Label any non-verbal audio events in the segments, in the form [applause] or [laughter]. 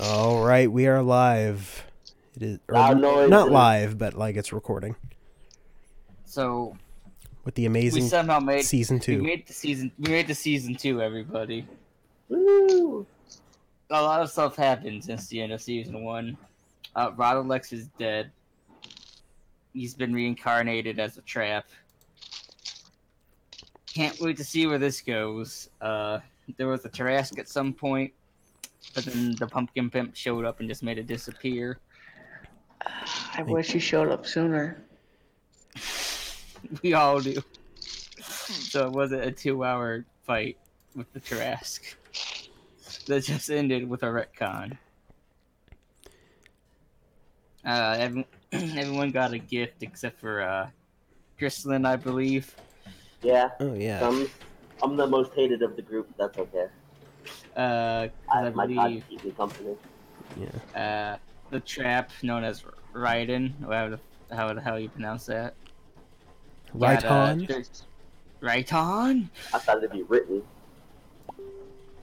All right, we are live. It is or Loud noise. not live, but like it's recording So with the we amazing somehow made season we two. made the season we made the season two. Everybody, Woo! a lot of stuff happened since the end of season one. Uh, Rod Lex is dead. He's been reincarnated as a trap. Can't wait to see where this goes. Uh, there was a Tarask at some point, but then the pumpkin pimp showed up and just made it disappear. I wish you showed up sooner. We all do. So it wasn't a two hour fight with the Trask. That just ended with a retcon. Uh, everyone, [clears throat] everyone got a gift except for uh, Kristlyn, I believe. Yeah, Oh yeah, I'm, I'm the most hated of the group. That's okay. Uh, 'cause I, I Oh my God, believe keep me company. uh, the trap known as Raiden, or how the, how the hell you pronounce that? right Got, on. Uh, Raiton? I thought it'd be written.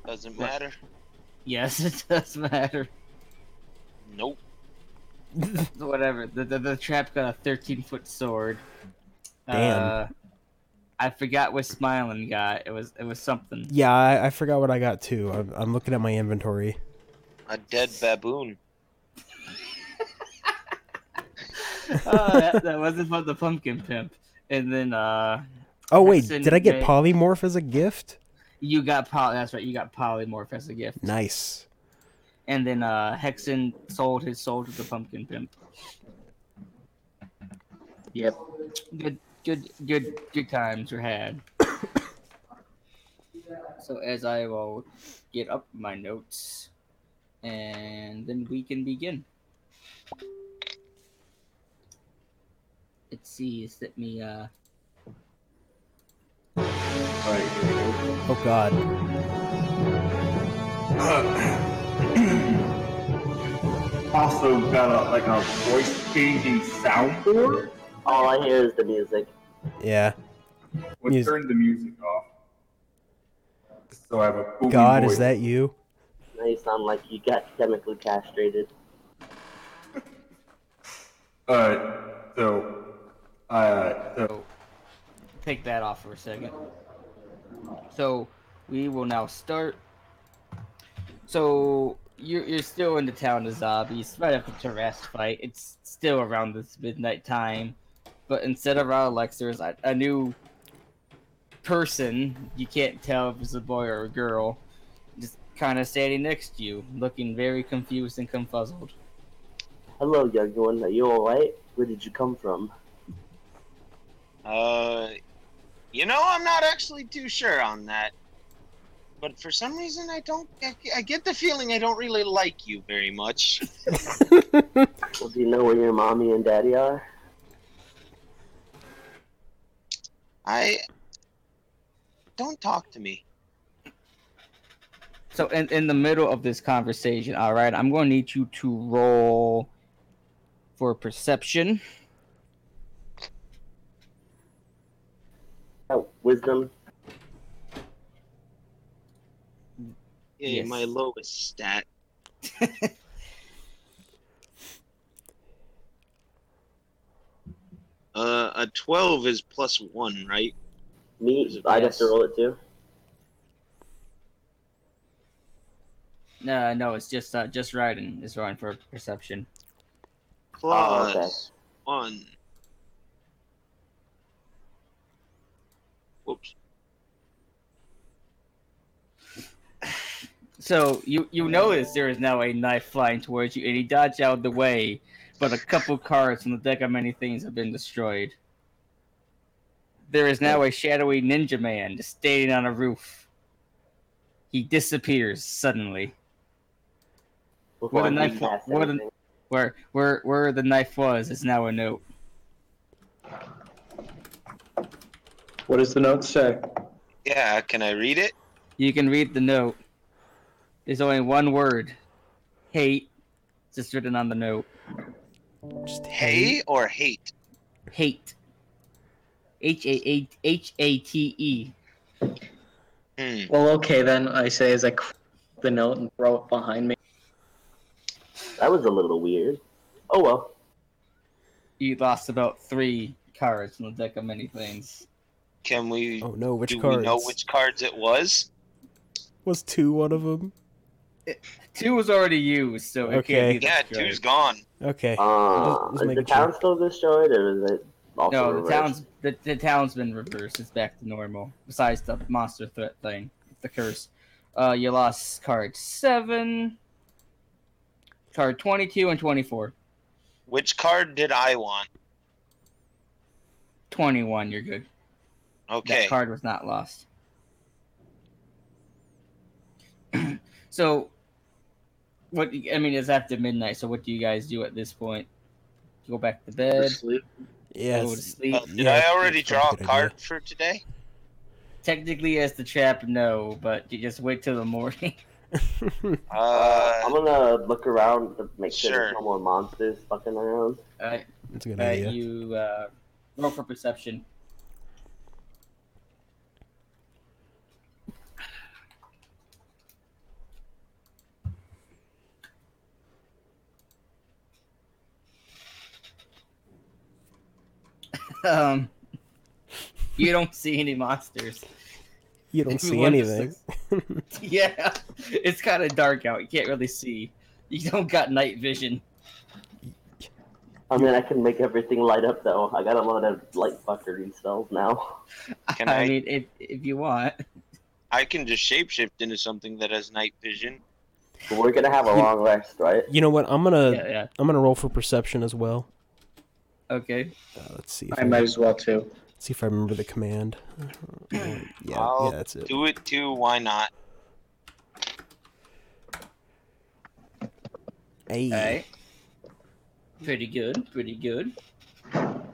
Doesn't Right. matter. Yes, [laughs] it does matter. Nope. whatever. The, the the trap got a thirteen foot sword. Damn. Uh, I forgot what Smiling got. It was it [laughs] was something. Yeah, I, I forgot what I got too. I'm, I'm looking at my inventory. A dead baboon. oh, that, that wasn't from the pumpkin pimp. And then uh, Oh wait, Person did I get may- polymorph as a gift? you got poly. That's right. You got polymorph as a gift. Nice. And then uh, Hexen sold his soul to the pumpkin pimp. Yep. Good, good, good, good times were had. [coughs] so as I will get up my notes, and then we can begin. Let's see. Is that me? Uh, Oh god. [clears throat] also got a like a voice changing soundboard. All I hear is the music. Yeah, Would Music. turn the music off. So I have a booming God, voice. is that you? Now you sound like you got chemically castrated. Uh, so, uh, so take that off for a second. So we will now start. So you're you're still in the town of zombies right after the Tarrasque fight. It's still around this midnight time, but instead of our Alexers, a, a new person you can't tell if it's a boy or a girl, just kind of standing next to you, looking very confused and confuzzled. Hello, young one. Are you all right? Where did you come from? Uh, you know, I'm not actually too sure on that. But for some reason, I don't. I, I get the feeling I don't really like you very much. [laughs] Well, do you know where your mommy and daddy are? I don't talk to me. So in in the middle of this conversation, all right, I'm going to need you to roll for perception. Oh, wisdom. Yeah, Yes. my [laughs] lowest stat. uh, a twelve is plus one, right? Me, I have to Yes. roll it too. No, no, it's just uh, just Raiden is rolling for perception. Oh, okay. Plus one. Whoops. So you you notice there is now a knife flying towards you, and he dodged out of the way. But a couple cards from the deck of many things have been destroyed. There is now a shadowy ninja man just standing on a roof. He disappears suddenly. Before I What a knife- can cast what a- anything. Where where where the knife was is now a note. What does the note say? Yeah, can I read it? You can read the note. There's only one word. Hate. It's just written on the note. Just Hey or hate? Hate. H A A H A T E. Hmm. Well, okay then. I say as I cr- the note and throw it behind me. That was a little weird. Oh well. You lost about three cards from the deck of many things. Can we? Oh no, which do cards? we know which cards it was? Was two one of them? Two was already used, so it Okay. can't be Yeah, that two's destroyed. gone. Okay. Uh, Just- just is the making town sure. still destroyed, or is it also No, the reversed? town's the, the town's been reversed. It's back to normal. Besides the monster threat thing, the curse. Uh, you lost card seven, card twenty-two and twenty-four. Which card did I want? Twenty-one, you're good. Okay. That card was not lost. [clears throat] so, what I mean is after midnight. So, what do you guys do at this point? Go back to bed. Sleep. Go to Yes. sleep. Oh, did Yeah, I already that's probably draw a a good card for today? Technically, as the trap, no, but you just wait till the morning. [laughs] Uh, Uh, I'm gonna look around to make sure, sure. there's no more monsters fucking around. Uh, That's a good uh, idea. you uh, roll for perception. um, you don't see any monsters. You don't If you see want to anything. [laughs] Yeah, it's kind of dark out. You can't really see. You don't got night vision. I mean, I can make everything light up though. I got a lot of light fuckery spells now. [laughs] Can I I- mean, if if you want. I can just shapeshift into something that has night vision. But we're gonna have a You- long rest, right? You know what? I'm gonna Yeah, yeah. I'm gonna roll for perception as well. Okay. Uh, let's see. If I I, might as well too. see if I remember the [clears throat] command. Yeah, yeah, I'll that's it. Do it too. Why not? Hey. All right. Pretty good. Pretty good. [laughs]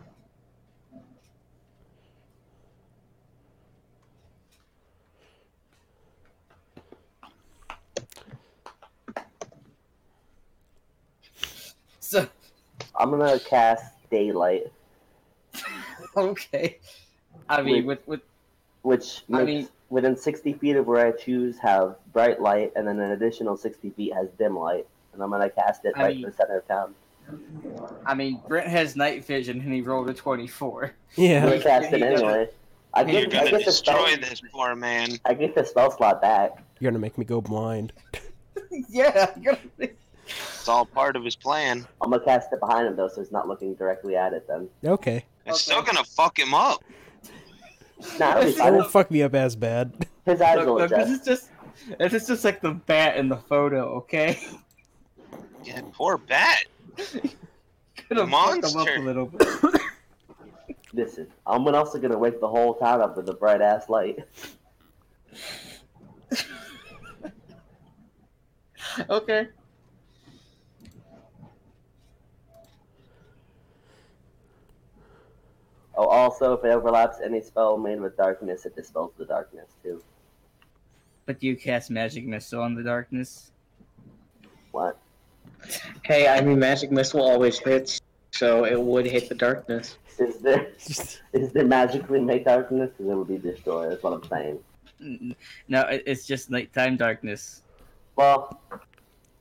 So I'm gonna cast daylight, okay. I Wait. mean, with with which I makes mean- within 60 feet of where I choose have bright light, and then an additional 60 feet has dim light. And I'm gonna cast it I right mean- in the center of town. I mean, Brent has night vision and he rolled a twenty-four. [laughs] I'm [laughs] Yeah. gonna cast it You're gonna- anyway. I you're You're get, I gonna get the spell. destroy this poor man. I get the spell slot back. You're gonna make me go blind. yeah. It's all part of his plan. I'm gonna cast it behind him though, so he's not looking directly at it then. Okay. It's Okay. still gonna fuck him up. [laughs] Nah, that'll be That fine. won't fuck me up as bad. [laughs] His eyes Look, will look, this adjust. is just this is just like the bat in the photo, okay? [laughs] Yeah, poor bat. Gonna fuck 'em up Monster. a little bit. Listen, I'm gonna- also gonna wake the whole town up with a bright ass light. [laughs] [laughs] Okay. Oh, also, if it overlaps any spell made with darkness, it dispels the darkness too. But you cast magic missile on the darkness. What? Hey, I mean, magic missile always hits, so it would hit the darkness. Is there Just- is there magically made darkness? Because it would be destroyed. That's what I'm saying. N- No, it- it's just nighttime darkness. Well,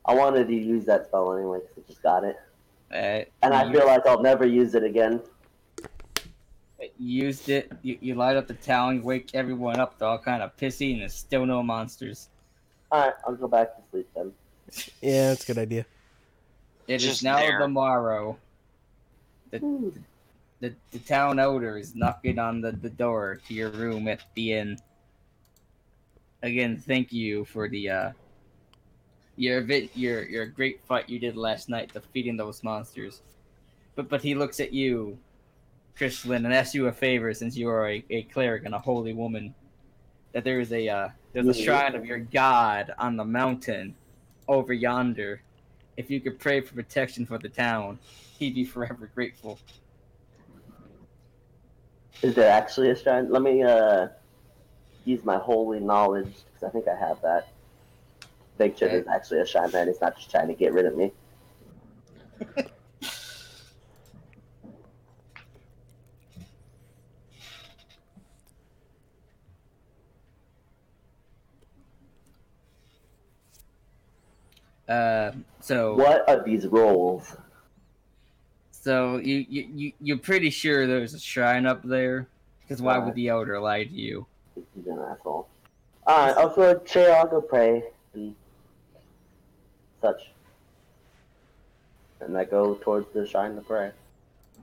I wanted to use that spell anyway because I just got it, Uh, and I you feel like I'll never use it again. used it. You, you light up the town. You wake everyone up. They're all kind of pissy, and there's still no monsters. All right, I'll go back to sleep then. yeah, that's a good idea. It is Just now there. the morrow. The, the the town elder is knocking on the, the door to your room at the inn. Again, thank you for the uh your vi- your your great fight you did last night defeating those monsters. But but he looks at you, Chrislin, and asks you a favor since you are a, a cleric and a holy woman. That there is a uh, there's a Yeah. shrine of your god on the mountain over yonder. If you could pray for protection for the town, he'd be forever grateful. Is there actually a shrine? Let me uh use my holy knowledge because I think I have that. Make sure there's actually a shrine there. and It's not just trying to get rid of me. Uh, so What are these rolls? so you, you you you're pretty sure there's a shrine up there because why would the elder lie to you? He's an asshole. Alright, I'll go to chair, I'll go pray, and such. And I go towards the shrine to pray.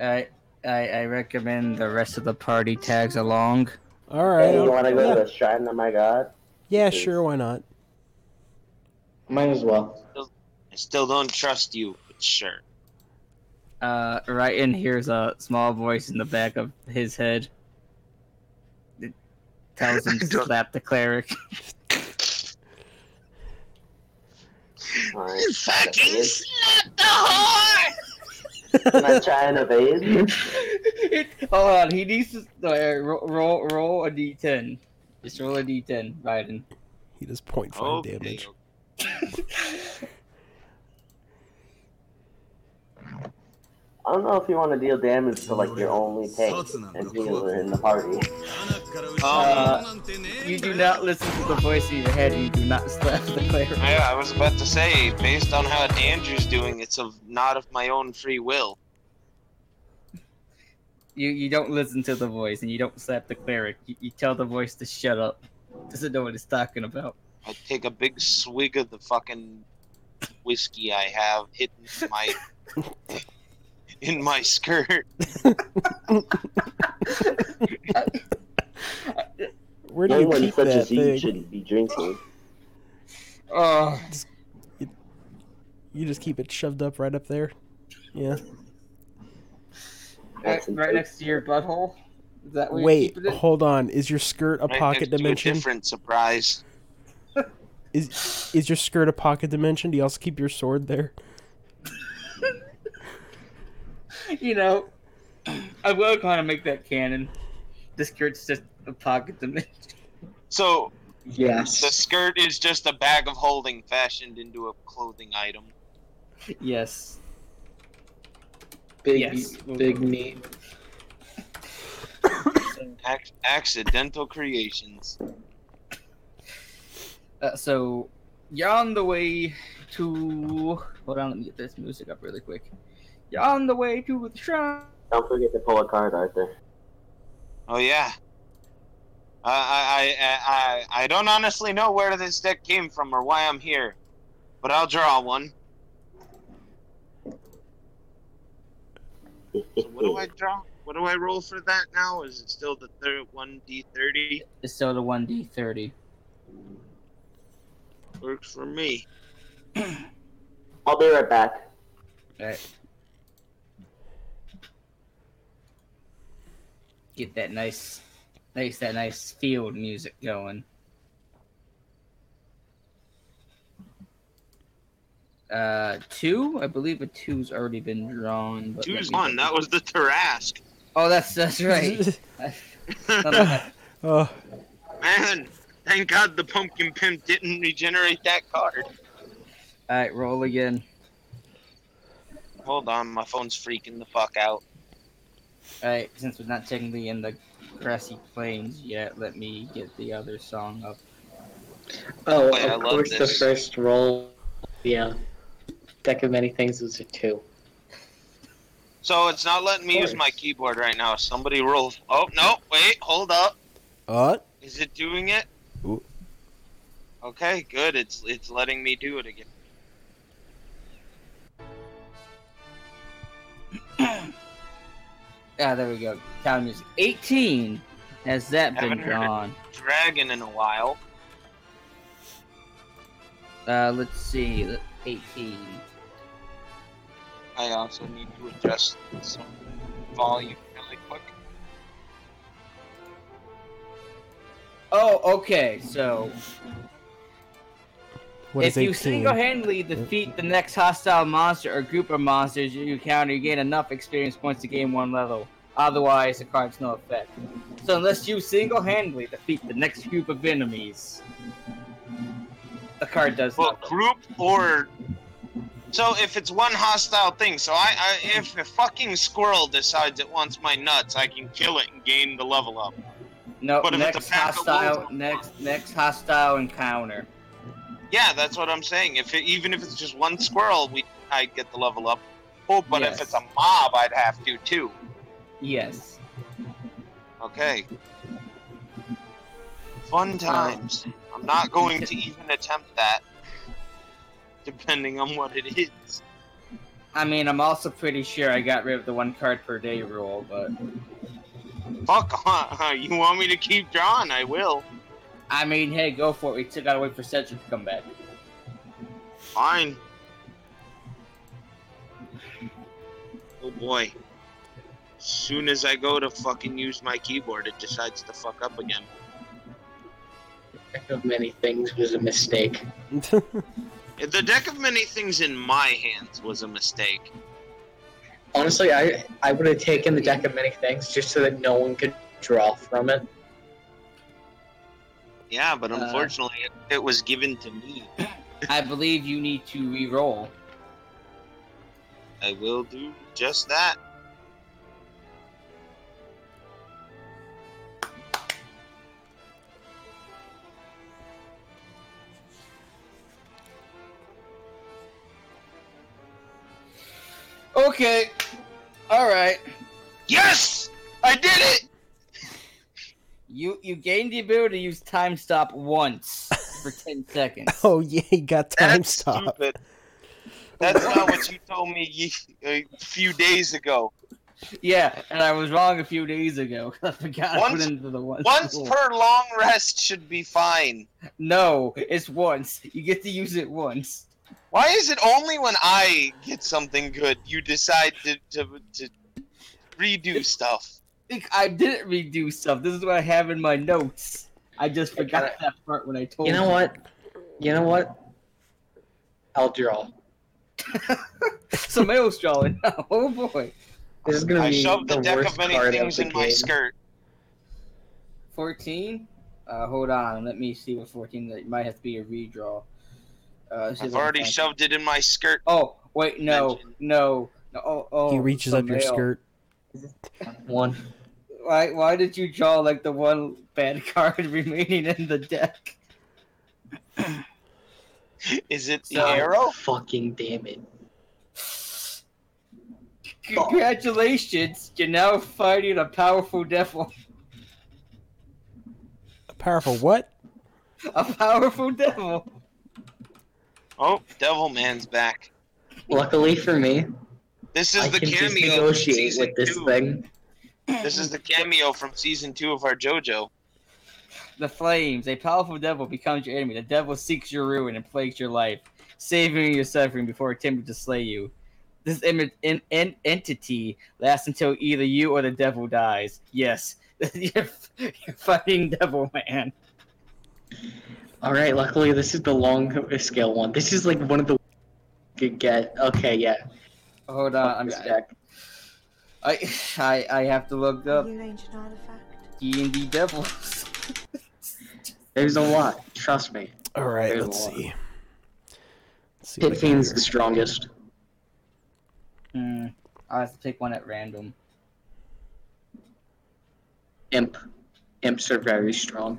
I I, I recommend the rest of the party tags along. All Hey, right. you I'll- want to go yeah. to the shrine of my god? yeah, sure. Why not? Might as well. I still don't trust you, but sure. Uh, right in here's a small voice in the back of his head. It tells [laughs] him to slap the [laughs] cleric. Alright. You fucking Yes. slap the whore! Can I try and evade? It- Hold on, he needs to uh, roll, roll roll a d10. Just roll a d10, Biden. He does 0.5 Okay, damage. okay. I don't know if you want to deal damage to like your only tank and healer in the party. Um, Uh, You do not listen to the voice in your head. and You do not [laughs] slap the cleric. I, I was about to say, based on how Andrew's doing, it's of not of my own free will. You you don't listen to the voice and you don't slap the cleric. You, you tell the voice to shut up. Doesn't know what it's talking about. I take a big swig of the fucking whiskey I have hidden in my [laughs] in my skirt. Where do No you one keep such that as you thing? should be drinking. Oh, You just keep it shoved up right up there. Yeah. right, right next to your butthole. Is that where you're Wait, keeping it? hold on. Is your skirt a Right pocket next to a dimension? different surprise. Is is your skirt a pocket dimension? Do you also keep your sword there? You know, I will kind of make that canon. This skirt's just a pocket dimension. So the Yes. skirt is just a bag of holding fashioned into a clothing item. Yes. Big, Yes. big meat. Ac- accidental creations. Uh, so you're on the way to. Hold on, let me get this music up really quick. You're on the way to the shrine. Don't forget to pull a card, Arthur. Oh yeah. I I, I I I don't honestly know where this deck came from or why I'm here, but I'll draw one. So what do I draw? What do I roll for that now? Is it still the third one D thirty? It's still the one D thirty. Works for me. I'll be right back. Alright. Get that nice, nice that nice field music going. Uh, two. I believe a two's already been drawn. But let Two's me- one. That was the Tarask. Oh, that's that's right. [laughs] uh, Man, thank God the pumpkin pimp didn't regenerate that card. All right, roll again. Hold on, my phone's freaking the fuck out. All right, since we're not technically in the grassy plains yet, let me get the other song up. Oh, Wait, I of love course the this. first roll. Yeah. Deck of many things was a two. So it's not letting me use my keyboard right now. Somebody roll. Oh no! Wait, hold up. uh, Is it doing it? Ooh. Okay, good. It's it's letting me do it again. Ah, there we go. Town music. 18. Has that been Haven't heard it. drawn? Dragon in a while. Uh, let's see. the- 18. I also need to adjust some volume really quick. Oh, okay. So what if is you 18? single-handedly defeat the next hostile monster or group of monsters you encounter, you gain enough experience points to gain one level. Otherwise, the card's no effect. So unless you single-handedly defeat the next group of enemies, the card does Well, nothing. group or so if it's one hostile thing. So I, I if a fucking squirrel decides it wants my nuts, I can kill it and gain the level up. No, But if it's a next pack of wolves, hostile, I'm next next hostile encounter. Yeah, that's what I'm saying. If it, even if it's just one squirrel, we I'd get the level up. Oh, but Yes. if it's a mob, I'd have to too. Yes. Okay. Fun times. I'm not going to even attempt that, depending on what it is. I mean, I'm also pretty sure I got rid of the one card per day rule, but Fuck on. [laughs] You want me to keep drawing? I will. I mean, hey, go for it. We still gotta wait for Cedric to come back. Fine. Oh boy. Soon as I go to fucking use my keyboard, it decides to fuck up again. Deck Of many things was a mistake. [laughs] The deck of many things in my hands was a mistake. Honestly, I I would have taken the deck of many things just so that no one could draw from it. Yeah, but Uh. unfortunately, it, it was given to me. I believe you need to re-roll. I will do just that. Okay. All right. Yes! I did it! You you gained the ability to use time stop once for ten seconds. [laughs] oh yeah, he got time That's stop. stupid. That's not what you told me ye- a few days ago. Yeah, and I was wrong a few days ago. [laughs] 'cause I forgot I put Once- into the one. Once rule. per long rest should be fine. No, it's once. You get to use it once. Why is it only when I get something good you decide to, to, to redo stuff? Think I didn't redo stuff. This is what I have in my notes. I just Okay, forgot alright. that part when I told [laughs] You know what? You know what? I'll draw. So Mayo's drawing. now. [laughs] Oh boy. This is gonna I be shoved the, the deck worst of many card things the in my game. skirt. 14? Uh, hold on. Let me see what 14 that might have to be a redraw. Uh, see if I I've can already find- shoved it in my skirt. Oh, wait, no. Mention. No. no oh, oh, He reaches so up your Mayo. skirt. One. Why, why did you draw like the one bad [laughs] card remaining in the deck? Is it the So- arrow? Fucking damn it. Oh. Congratulations, you're now fighting a powerful devil. Powerful what? A powerful devil. Oh, Devil Man's back. Luckily for me, This I is the can just cameo from negotiate season with this two. thing. This is the cameo from season two of our JoJo. The flames. A powerful devil becomes your enemy. The devil seeks your ruin and plagues your life, saving your suffering before attempting to slay you. This image, in, in, entity lasts until either you or the devil dies. Yes, [laughs] you're, you're fighting devil man. Alright, luckily this is the long scale one. This is like one of the could get. Okay, yeah. Hold fuck on, I'm, this deck. I, I I have to look Have up you arranged an artifact? D and D devils. [laughs] There's a lot. Trust me. All right, There's let's a lot. see. Let's see what I got Pit Fiend's here. [laughs] the strongest. Hmm. I have to pick one at random. Imp. Imps are very strong.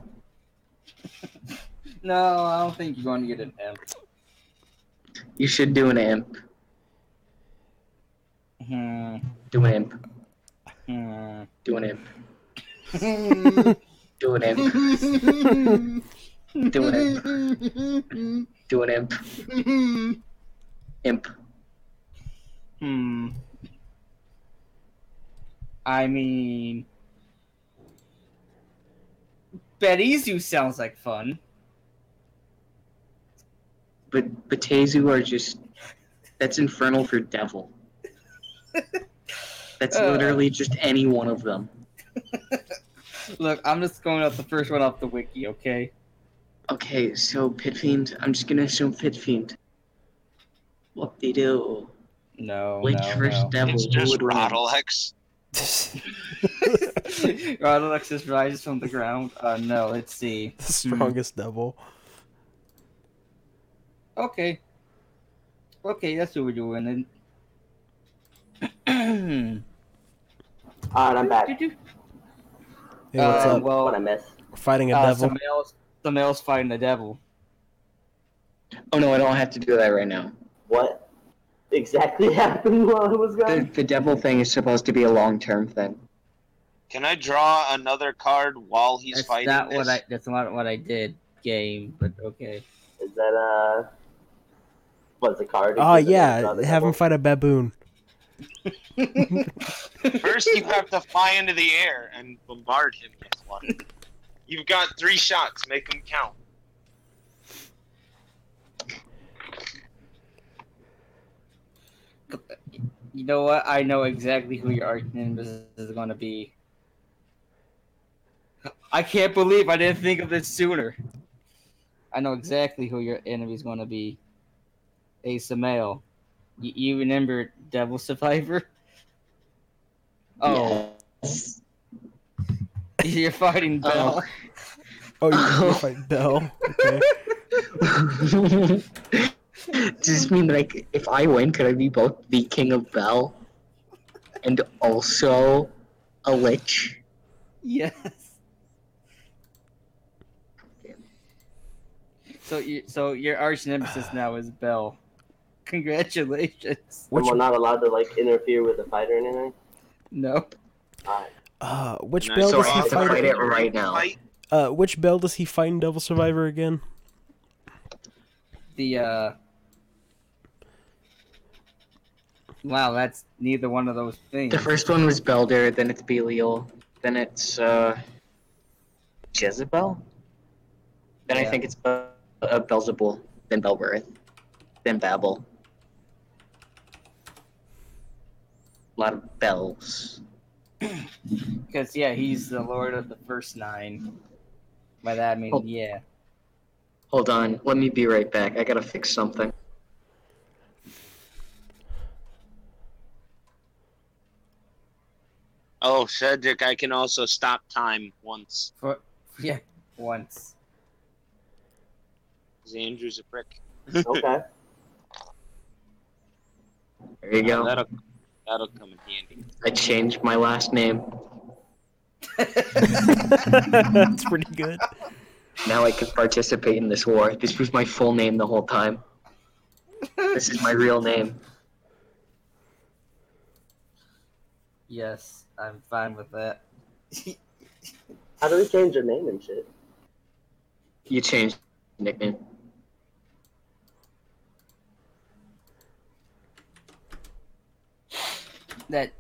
No, I don't think you're going to get an M. You should do an imp. Hmm. Do an imp. Hmm. Do an imp. Do an imp. Hmm. [laughs] Do an imp. Do an imp. Imp. Hmm. I mean, Betizu sounds like fun. But Batezu are just that's infernal for devil. That's Uh. literally just any one of them. Look, I'm just going off the first one off the wiki, okay? Okay, so Pit Fiend, I'm just gonna assume Pit Fiend. What they do? No, Which Oh, no, [laughs] versus no. devil? It's who just would win? Rodalex. Rodalexis rises from the ground. Uh, no, let's see. the strongest devil. Okay. Okay, that's what we're [clears throat] doing then. Alright, I'm back. Hey, what's Uh, up? well, What I missed. We're fighting a uh, devil. Somebody else, somebody else fighting the devil. Oh no, I don't have to do that right now. What exactly [laughs] happened while I was The, gone? the devil thing is supposed to be a long term [laughs] thing. Can I draw another card while he's That's fighting not this? what I. That's not what I did. Game, but okay. Is that uh, what's the card? Oh Is it yeah, another have him double? fight a baboon. [laughs] First, you have to fly into the air and bombard him with one. You've got three shots. Make them count. You know what? I know exactly who your archnemesis is going to be. I can't believe I didn't think of this sooner. I know exactly who your enemy is going to be. Ace Amael. You, you remember Devil Survivor? Oh, [laughs] Yes. you're fighting Bell. Oh, you, you fight Bell. Okay. Does this mean that I c if I win, could I be both the king of Bell and also a lich? Yes. So you, so your arch nemesis now is Bell. Congratulations. And Which we're not allowed to like interfere with the fight or [laughs] anything. No. Alright. uh, which Nice. Bell So does I he have to fight? fight it right now. Fight. Uh, which Bell does he fight in Devil Survivor again? [laughs] The uh Wow, that's neither one of those things. The first one was Belder, then it's Belial, then it's uh, Jezebel. Then I Yeah. think it's Be- uh, Beelzebul, then Belberith, then Babel. A lot of bells. Because yeah, he's the lord of the first nine. By that I mean Oh. yeah. Hold on, let me be right back. I gotta fix something. Oh, Cedric, I can also stop time once. For, yeah. Once. Because Andrew's a prick. Okay. There you go. That'll, that'll come in handy. I changed my last name. That's pretty good. [laughs] Now I can participate in this war. This was my full name the whole time. This is my real name. Yes, I'm fine with that. How do we change your name and shit? You changed the nickname. That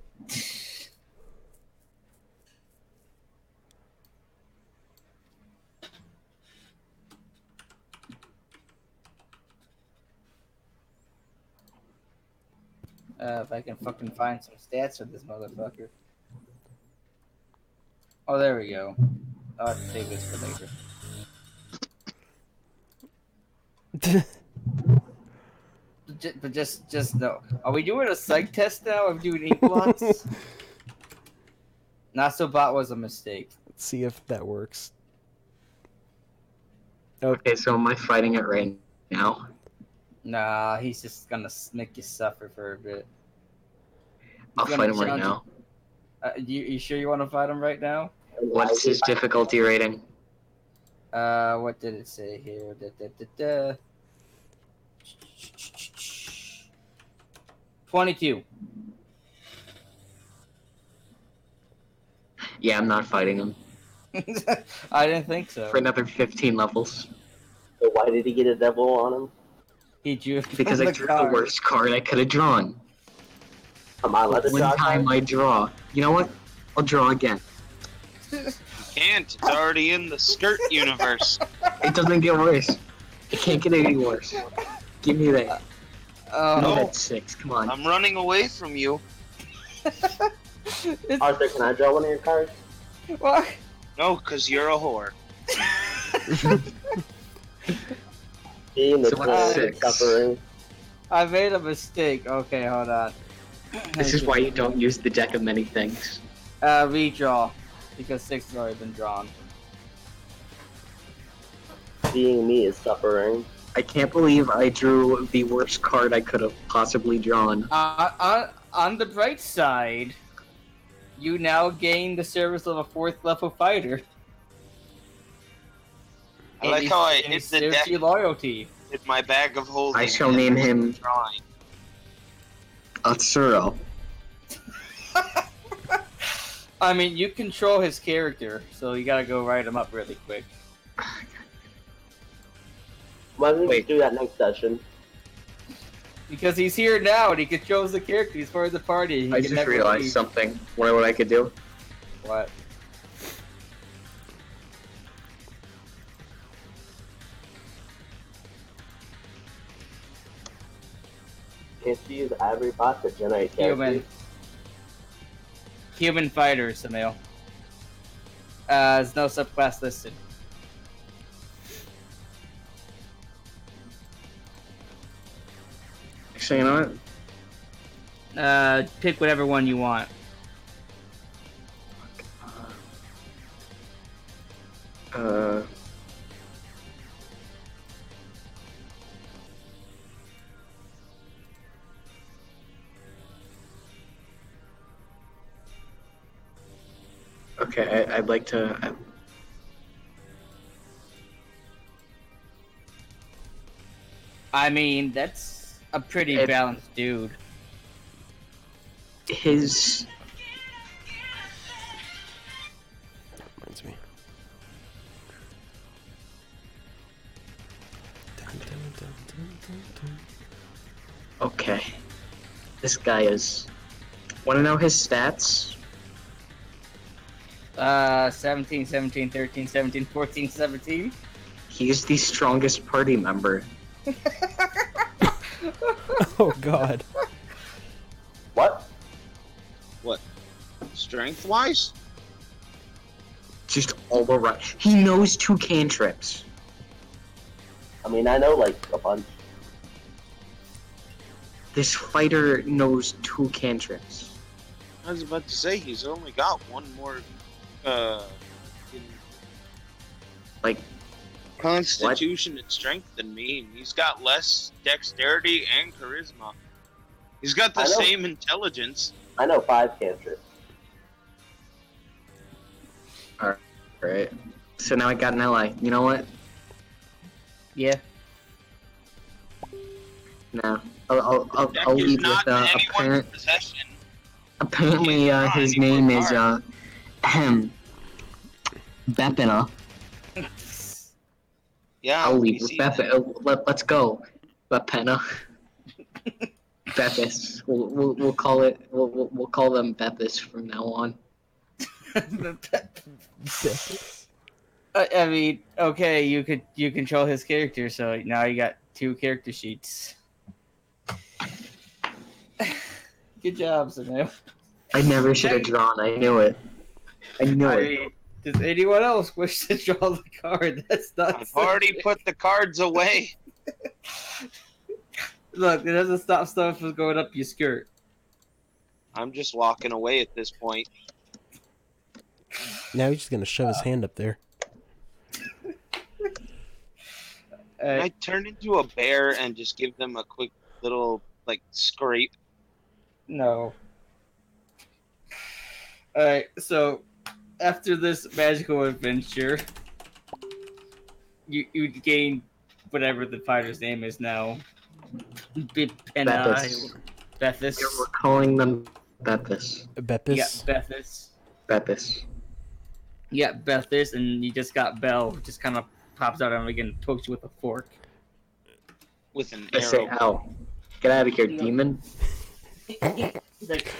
Uh, if I can fucking find some stats for this motherfucker. Oh, there we go. I'll have to save this for later. But ju- But just, just no. Are we doing a psych test now? I'm doing ink blots. Nasobot was a mistake. Let's see if that works. Okay, so am I fighting it right now? Nah, he's just gonna s- make you suffer for a bit. I'll He's fight gonna him right challenge now. Uh, you, you sure you want to fight him right now? What's his difficulty rating? Uh, what did it say here? Da, da, da, da. Twenty-two. [laughs] Yeah, I'm not fighting him I didn't think so. for another [laughs] 15 levels So why did he get a devil on him? He drew it because from I drew the card. worst card I could have drawn. Am I allowed to draw? One time I draw. You know what? I'll draw again. You can't. It's already in the skirt universe. It doesn't get worse. It can't get any worse. Give me that. [laughs] Oh, no, No. that's six. Come on. I'm running away from you. it's- Arthur, can I draw one of your cards? what? No, because you're a whore. He and the So twin what's six? suffering. I made a mistake. Okay, hold on. This is why you don't use the deck of many things. Uh, redraw because six has already been drawn. Seeing me is suffering. I can't believe I drew the worst card I could have possibly drawn. Uh, on, on the bright side, you now gain the service of a fourth level fighter. I like he- how I and he hit the serves deck. you loyalty. in my bag of holding. I shall name him- Drawing. Uh, Atsuro. I mean, you control his character, so you gotta go write him up really quick. Why don't we Wait. do that next session? Because he's here now and he controls the character. He's part of the party. He I can just never realized leave. something. What, what I could do? What? Can't you use ivory bot to generate Human. characters? Human fighter, Samil. Uh, there's no subclass listed. Actually, you know what? Uh, pick whatever one you want. Uh, okay, I, I'd like to. uh, I, I mean, that's a pretty It- balanced dude. his Reminds me. okay. This guy is. Want to know his stats? Uh, 17, 17, 13, 17, 14, 17. He's the strongest party member. [laughs] Oh God. What? Strength wise? Just all around. He knows two cantrips. I mean, I know like a bunch. This fighter knows two cantrips. I was about to say he's only got one more. Uh, in Like, constitution and strength than me. and He's got less dexterity and charisma. He's got the I know. same intelligence. I know five cantrips. Right. So now I got an ally. You know what? Yeah. No. I'll, I'll, I'll, Deck I'll is lead not with uh, in anyone's apparent, possession. apparently uh, not his anyone's name is uh, ahem, uh, [clears throat] Bepina. Yeah, I'll we lead with see Bepina. that. Let, let's go, Bepina. Bepis. We'll, we'll, we'll call it. We'll, we'll, we'll call them Bepis from now on. I, I mean, okay, you could you control his character, so now you got two character sheets. [laughs] Good job, Samil. I never should have drawn. I knew it. I knew I it. mean, does anyone else wish to draw the card? [laughs] That's not. I've already put the cards away. Look, it doesn't stop stuff from going up your skirt. I'm just walking away at this point. Now he's just gonna shove Uh, his hand up there. Can I Uh, turn into a bear and just give them a quick little like scrape. no. All right, so after this magical adventure, you you gain whatever the fighter's name is now. Be- and I, Bepis. Bethis. We're calling them Bepis. You Bepis. got Bethis. Bepis. You got Bethis, and you just got Bell, who just kind of pops out and again pokes you with a fork. with an I say, arrow. ow. Get out of here, demon. He's like,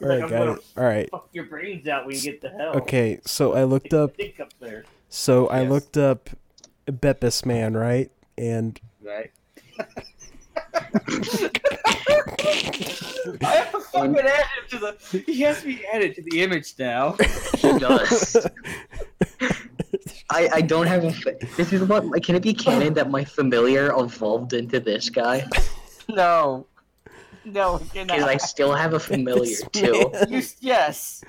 All right, got it. All right. fuck your brains out when you get to Oh. hell. Okay, so I looked up. Think up there. So I Yes. looked up Bepis man, right? And Right. I have to fucking add him to the. He has to be added to the image now. He does. I, I don't have a. Fa- this is what. Like, can it be canon that my familiar evolved into this guy? No. No, it Because I cannot. still have a familiar Bepis too. man. You, yes.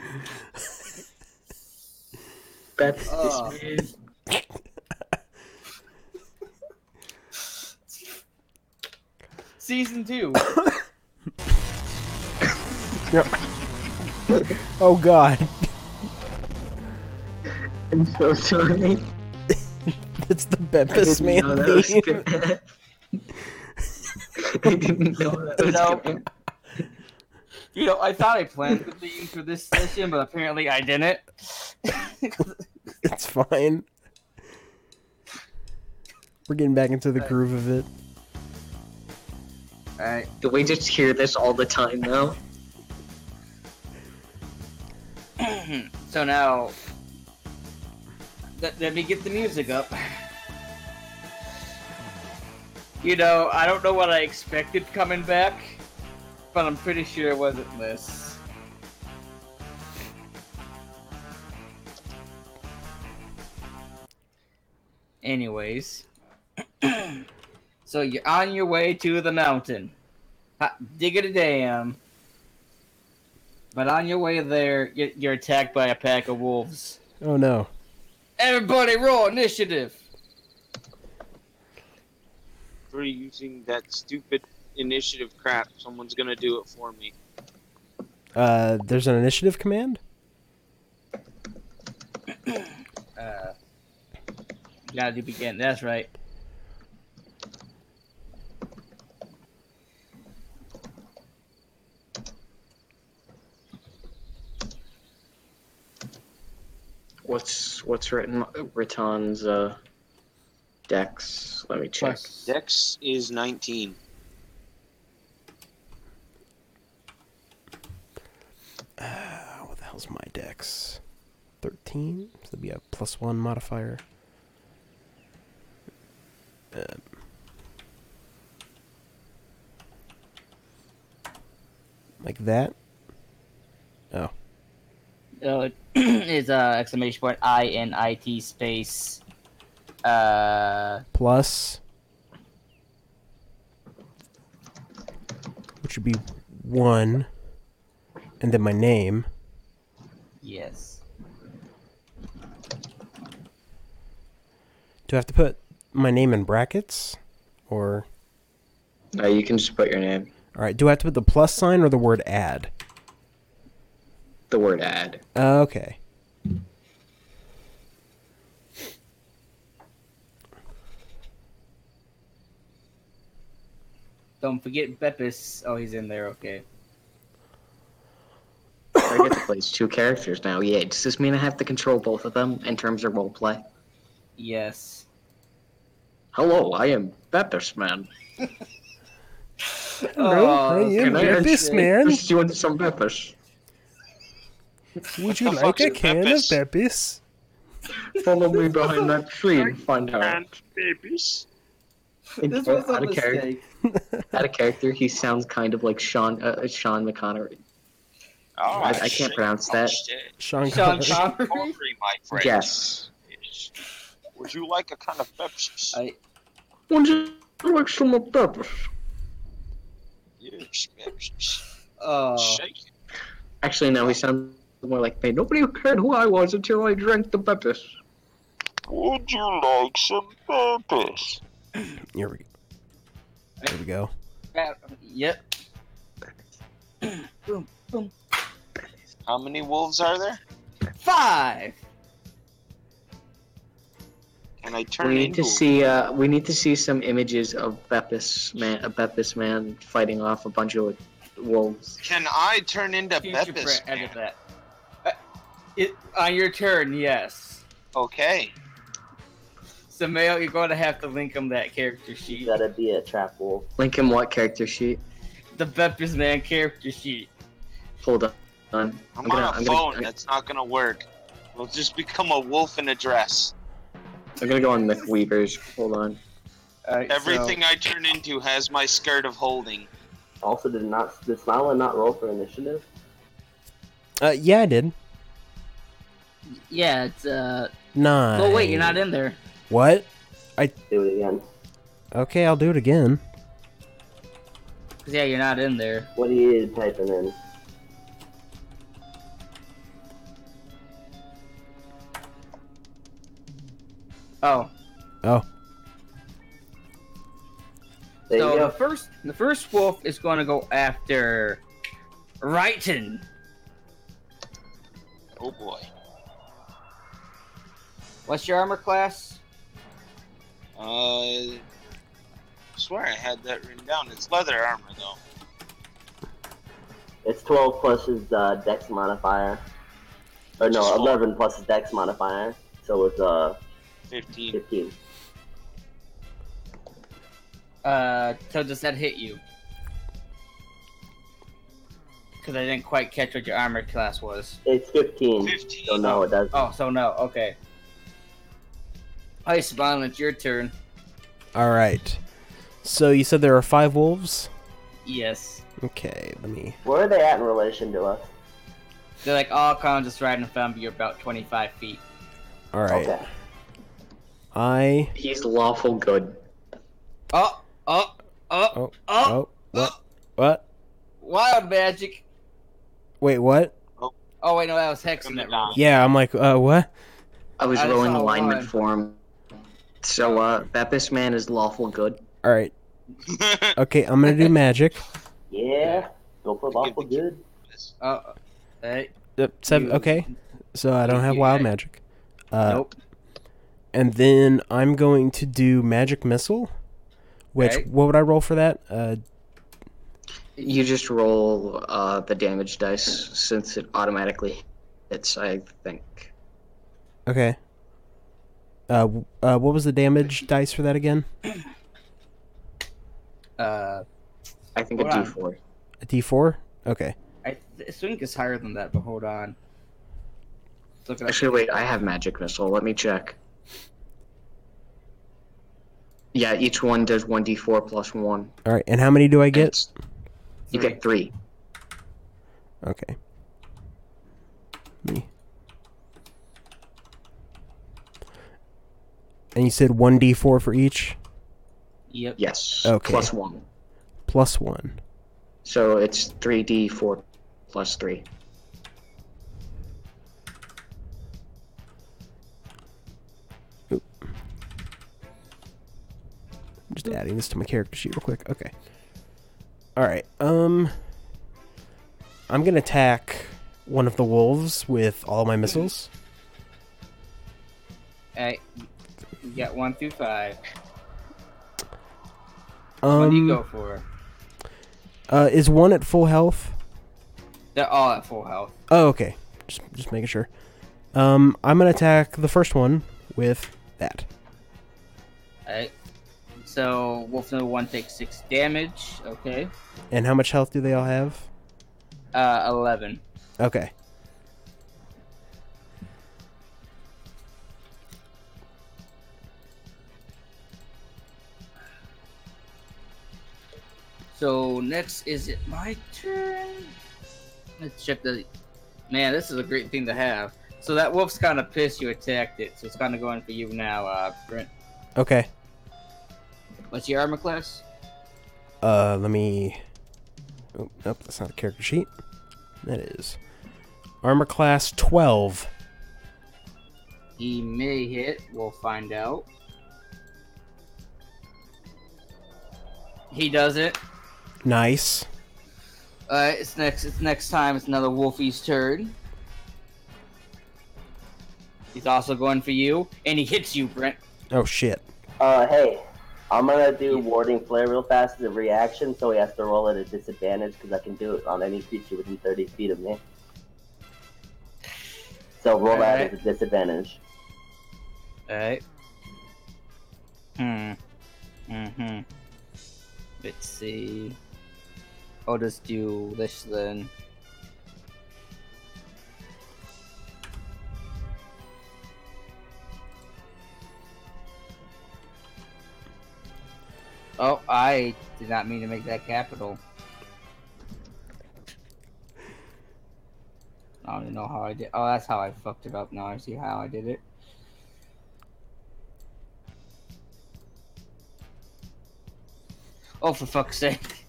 That's Oh. this man. Season two. [laughs] Oh God, [laughs] I'm so sorry. it's the I Bepis didn't know that man was theme. gonna- I didn't know that was Nope. coming. You know, I thought I planned the theme for this session, but apparently I didn't. [laughs] It's fine. We're getting back into the groove of it. Alright. Do we just hear this all the time now? so now, let, let me get the music up. You know, I don't know what I expected coming back, but I'm pretty sure it wasn't this. Anyways, [clears throat] so you're on your way to the mountain. Hot diggity damn. But on your way there, you- you're attacked by a pack of wolves. Oh no. Everybody, roll initiative. For using that stupid initiative crap, someone's gonna do it for me. Uh, there's an initiative command. Uh, gotta do begin. That's right. What's what's written Ratan's uh decks? Let me check. Plus, Dex is 19. Uh, what the hell's my dex? Thirteen. So that'd be a plus one modifier. Um, like that. oh, it [clears throat] is uh, exclamation point I N I T space. Uh, plus, which would be one, and then my name. yes. Do I have to put my name in brackets, or No, Uh, you can just put your name. all right? Do I have to put the plus sign or the word add? The word add. Uh, okay. Don't forget Beppis. Oh, he's in there. Okay. I get to play as two characters now. Yeah, does this mean I have to control both of them in terms of roleplay? Yes. Hello, I am Beppis Man. Oh, I am can I Beppis, actually- man. Just doing some Beppis. Would you The like a fuck's can of Beppis? Beppis? Follow me behind that tree and find out. babies. This was a Out of character. mistake. [laughs] Out of character, he sounds kind of like Sean uh, Sean McConnery. Oh, I- I can't shit. pronounce Oh, that. shit. Sean Sean Connery. Connery. Hungry, my friend. Yes. Would you like a kind of Pepsi? I- Would you like some more Beppis? Yes, Pepsi. Uh, Oh. Shake it. Actually, no, he sounds more like me. Nobody cared who I was until I drank the Beppis. Would you like some Pepsi? [laughs] Here we, here we go. Yep. boom, boom. How many wolves are there? Five. Can I turn We need into to see. Uh, we need to see some images of Beppis man, a Beppis man fighting off a bunch of wolves. Can I turn into Future Beppis? Brett, edit man? that. Uh, it, on your turn, yes. Okay. So, Mail, you're going to have to link him that character sheet. You gotta be a trap wolf. Lincoln, what character sheet? The Beppis Man character sheet. Hold on. I'm, I'm, gonna. on a I'm phone. gonna. That's not gonna work. We'll just become a wolf in a dress. I'm gonna go on McWeavers. Hold on. Alright, so- Everything I turn into has my skirt of holding. Also, did not did Smiley not roll for initiative? Uh, yeah, I did. yeah, it's uh. Nine. Oh wait, you're not in there. What? Do it again. Okay, I'll do it again. 'Cause, yeah, you're not in there. What are you typing in? Oh, Oh, There so you the go. first, the first wolf is going to go after Righton. Oh boy. What's your armor class? Uh, just swear I had that written down. It's leather armor though. It's 12 plus his uh, dex modifier. Or Just no, four. 11 plus his dex modifier. So it's uh, Fifteen. 15. Uh, so does that hit you? Because I didn't quite catch what your armor class was. It's 15. So 15. no, it does. Oh, so no. Okay. Hi, Spawn. It's your turn. All right. So you said there are five wolves. Yes. Okay, let me. Where are they at in relation to us? They're like all kinds just riding around. but You're about 25 feet. All right. Okay. I. He's lawful good. Oh, oh, oh, Oh. oh, Oh. What? What? Wild magic. Wait. What? Oh wait, no, that was Hex in From the that room. down. Yeah. I'm like. Uh. What? I was I rolling saw alignment one. for him. So, uh, Baptist man is lawful good. All right. Okay. I'm gonna do magic. Yeah. Go for lawful Give the- good. Oh, hey, Yep, seven. You- Okay. So I don't have wild Yeah. magic. Uh, nope. And then I'm going to do magic missile. Which Okay. what would I roll for that? Uh, You just roll uh, the damage dice since it automatically hits, I think. okay. Uh, w- uh, what was the damage dice for that again? Uh, I think a Hold on. d4. A D4. Okay. I th- think it's higher than that, but hold on. Let's Look at [laughs] Actually, wait, I have magic missile. Let me check. Yeah, each one does 1d4 plus 1. All right. And how many do I get? It's- You get 3. Okay. Me. And you said 1d4 for each? Yep. Yes. Okay. Plus 1. Plus 1. So it's 3d4 plus 3. I'm just adding this to my character sheet real quick. Okay. Alright. Um. I'm going to attack one of the wolves with all my missiles. Hey, you got one through five. what do you go Um, for? uh, is one at full health? They're all at full health. Oh, okay. Just, just making sure. Um, I'm going to attack the first one with that. Alright. So Wolf number one takes six damage. Okay. And how much health do they all have? Uh, eleven. Okay. So next is it my turn? Let's check the. Man, this is a great thing to have. So that wolf's kind of pissed you attacked it, so it's kind of going for you now, uh, Brent. Okay. What's your armor class? Uh, let me. Oh, nope, that's not a character sheet. That is. Armor class 12. He may hit. We'll find out. He does it. Nice. Uh, it's next. It's next time. It's another Wolfie's turn. He's also going for you, and he hits you, Brent. Oh, shit. Uh, hey, I'm gonna do warding flare real fast as a reaction, so he has to roll at a disadvantage because I can do it on any creature within 30 feet of me. So roll that Alright. as a disadvantage. All right. Hmm. Mm-hmm. Let's see. I'll just do this then. Oh, I did not mean to make that capital. I don't even know how I did. Oh, that's how I fucked it up. Now I see how I did it. Oh, for fuck's sake.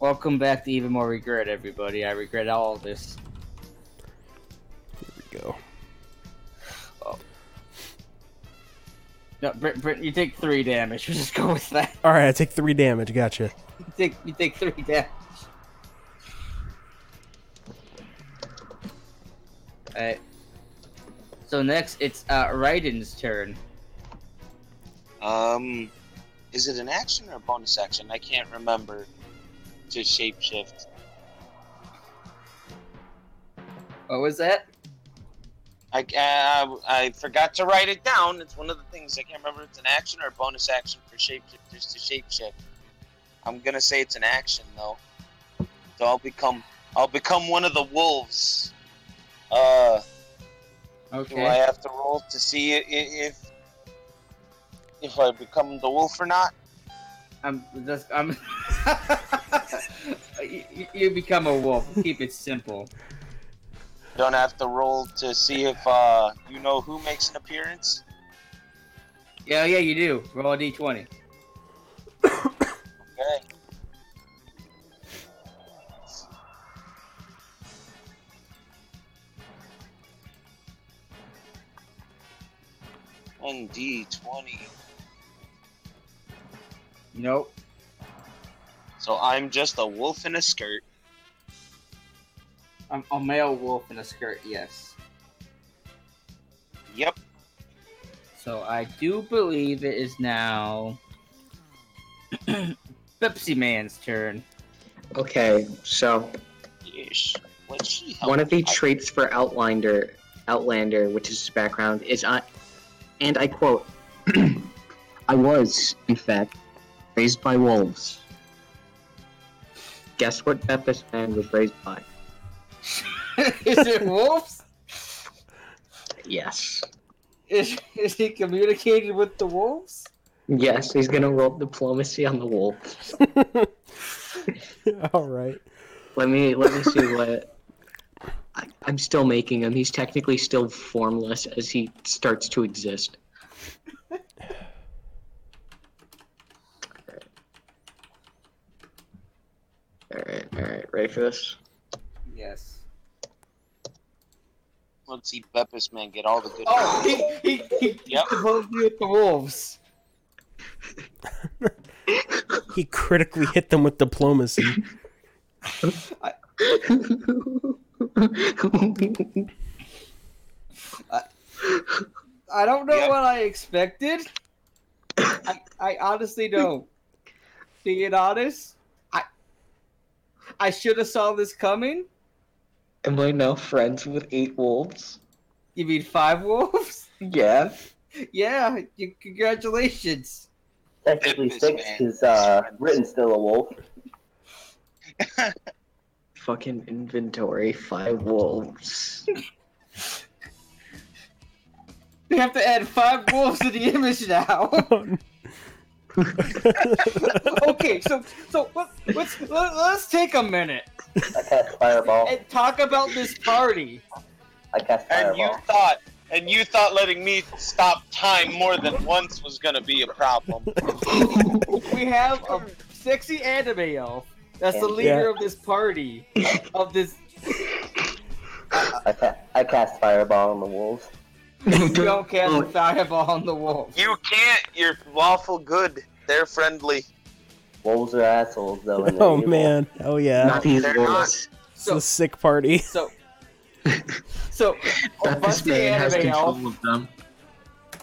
Welcome back to Even More Regret, everybody. I regret all of this. There we go. No, Brent, Brent, you take three damage. [laughs] We'll just go with that. Alright, I take three damage. Gotcha. [laughs] You take, you take three damage. Alright. So next, it's uh, Raiden's turn. [laughs] Um, is it an action or a bonus action? I can't remember. To shapeshift. What was that? I, uh, I forgot to write it down. It's one of the things I can't remember if it's an action or a bonus action for shapeshifters to shapeshift. I'm gonna say it's an action though. So I'll become I'll become one of the wolves. Uh, do I Okay. have to roll to see i- i- if if I become the wolf or not? I'm just I'm. [laughs] you, you become a wolf. Keep it simple. Don't have to roll to see if uh, you know who makes an appearance. Yeah, yeah, you do. Roll a d20. Okay. One D twenty. Nope. So I'm just a wolf in a skirt. I'm a male wolf in a skirt. Yes. Yep. So I do believe it is now [clears throat] Pepsi Man's turn. [laughs] Okay, so Yeesh. What's she help? one of the I- traits for Outlander, Outlander, which is his background, is I, and I quote, [clears throat] "I was, in fact, raised by wolves." Guess what Pepper's man was raised by? is it wolves? Yes. Is, is he communicated with the wolves? Yes, he's gonna roll diplomacy on the wolves. All right. Let me let me see what. I, I'm still making him. He's technically still formless as he starts to exist. Alright, alright, ready for [laughs] this? Yes. Let's see Beppis man get all the good. Oh, he he he Yep. supposed with the wolves. He critically hit them with diplomacy. [laughs] I don't know Yep. what I expected. I, I honestly don't. Being honest, I I should have saw this coming. Am I now friends with eight wolves? You mean five wolves? [laughs] Yeah. Yeah, you, congratulations. Technically Memphis, six, man. because uh, Britain's still a wolf. Fucking inventory, five wolves. We have to add five wolves to the [laughs] image now. okay, so so let, let's let, let's take a minute I cast fireball. and talk about this party. I cast And you fireball. thought, and you thought letting me stop time more than once was gonna be a problem. We have a sexy anime elf that's the Yeah. leader of this party of this I, ca- I cast fireball on the wolves. [laughs] You don't cast Oh. a fireball on the wolf. [laughs] You can't. You're lawful good. They're friendly. Wolves are assholes, though. And they're oh evil. man. Oh yeah. Not these They're wolves. It's a So sick party. [laughs] so so a [laughs] That this busty man has anime elf, control of them.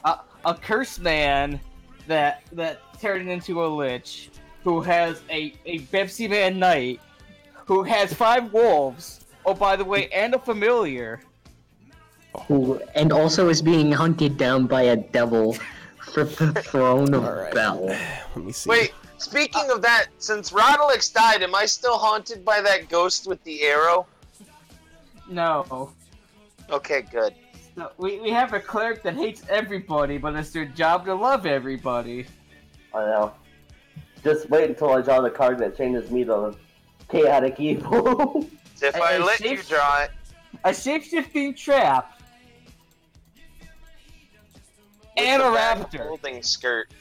a, a cursed man that that turned into a lich, who has a a Pepsi Man knight, who has five wolves. Oh, by the way, and a familiar. who and also is being hunted down by a devil for the throne of Alright. Bell. Let me see. Wait. Speaking of that, since Rodolix died, am I still haunted by that ghost with the arrow? No. Okay, good. No, we, we have a cleric that hates everybody, but it's their job to love everybody. I know. Just wait until I draw the card that changes me to chaotic evil. [laughs] If Hey, I hey, let Steve? you draw it, A shapeshifting trap. And a with the bag of raptor. Holding skirt.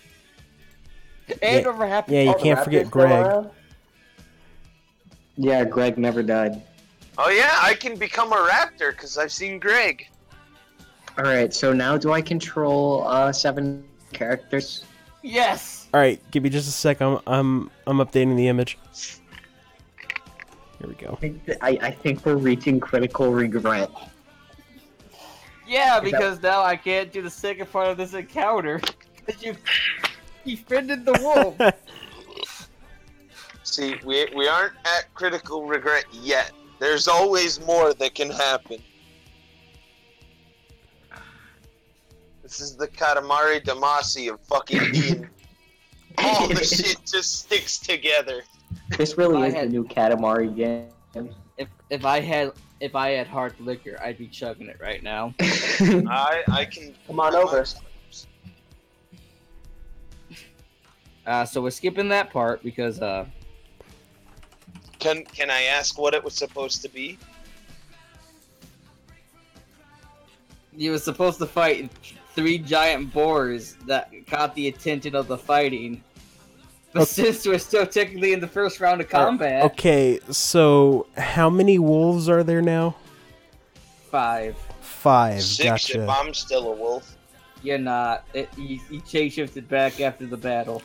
And Yeah. a raptor. Yeah, you Oh, the can't forget raptor's still Greg. around? Yeah, Greg never died. Oh yeah, I can become a raptor because I've seen Greg. All right, so now do I control uh seven characters? Yes. All right, give me just a sec. I'm I'm I'm updating the image. Here we go. I think that- I, I think we're reaching critical regret. Yeah, [laughs] that- because now I can't do the second part of this encounter. 'Cause You befriended the wolf. See, we, we aren't at critical regret yet. There's always more that can happen. This is the Katamari Damacy of fucking Ian. All the shit just sticks together. This really I is the had- new Katamari game. [laughs] if if I had if I had hard liquor, I'd be chugging it right now. I I can Come on over. Uh, so we're skipping that part because uh, Can can I ask what it was supposed to be? he was supposed to fight three giant boars that caught the attention of the fighting. Okay. But Oh, since we're still technically in the first round of combat, Okay, so how many wolves are there now? five. Five. Six. If Gotcha. I'm still a wolf. You're not. It, you, you change shifted back after the battle.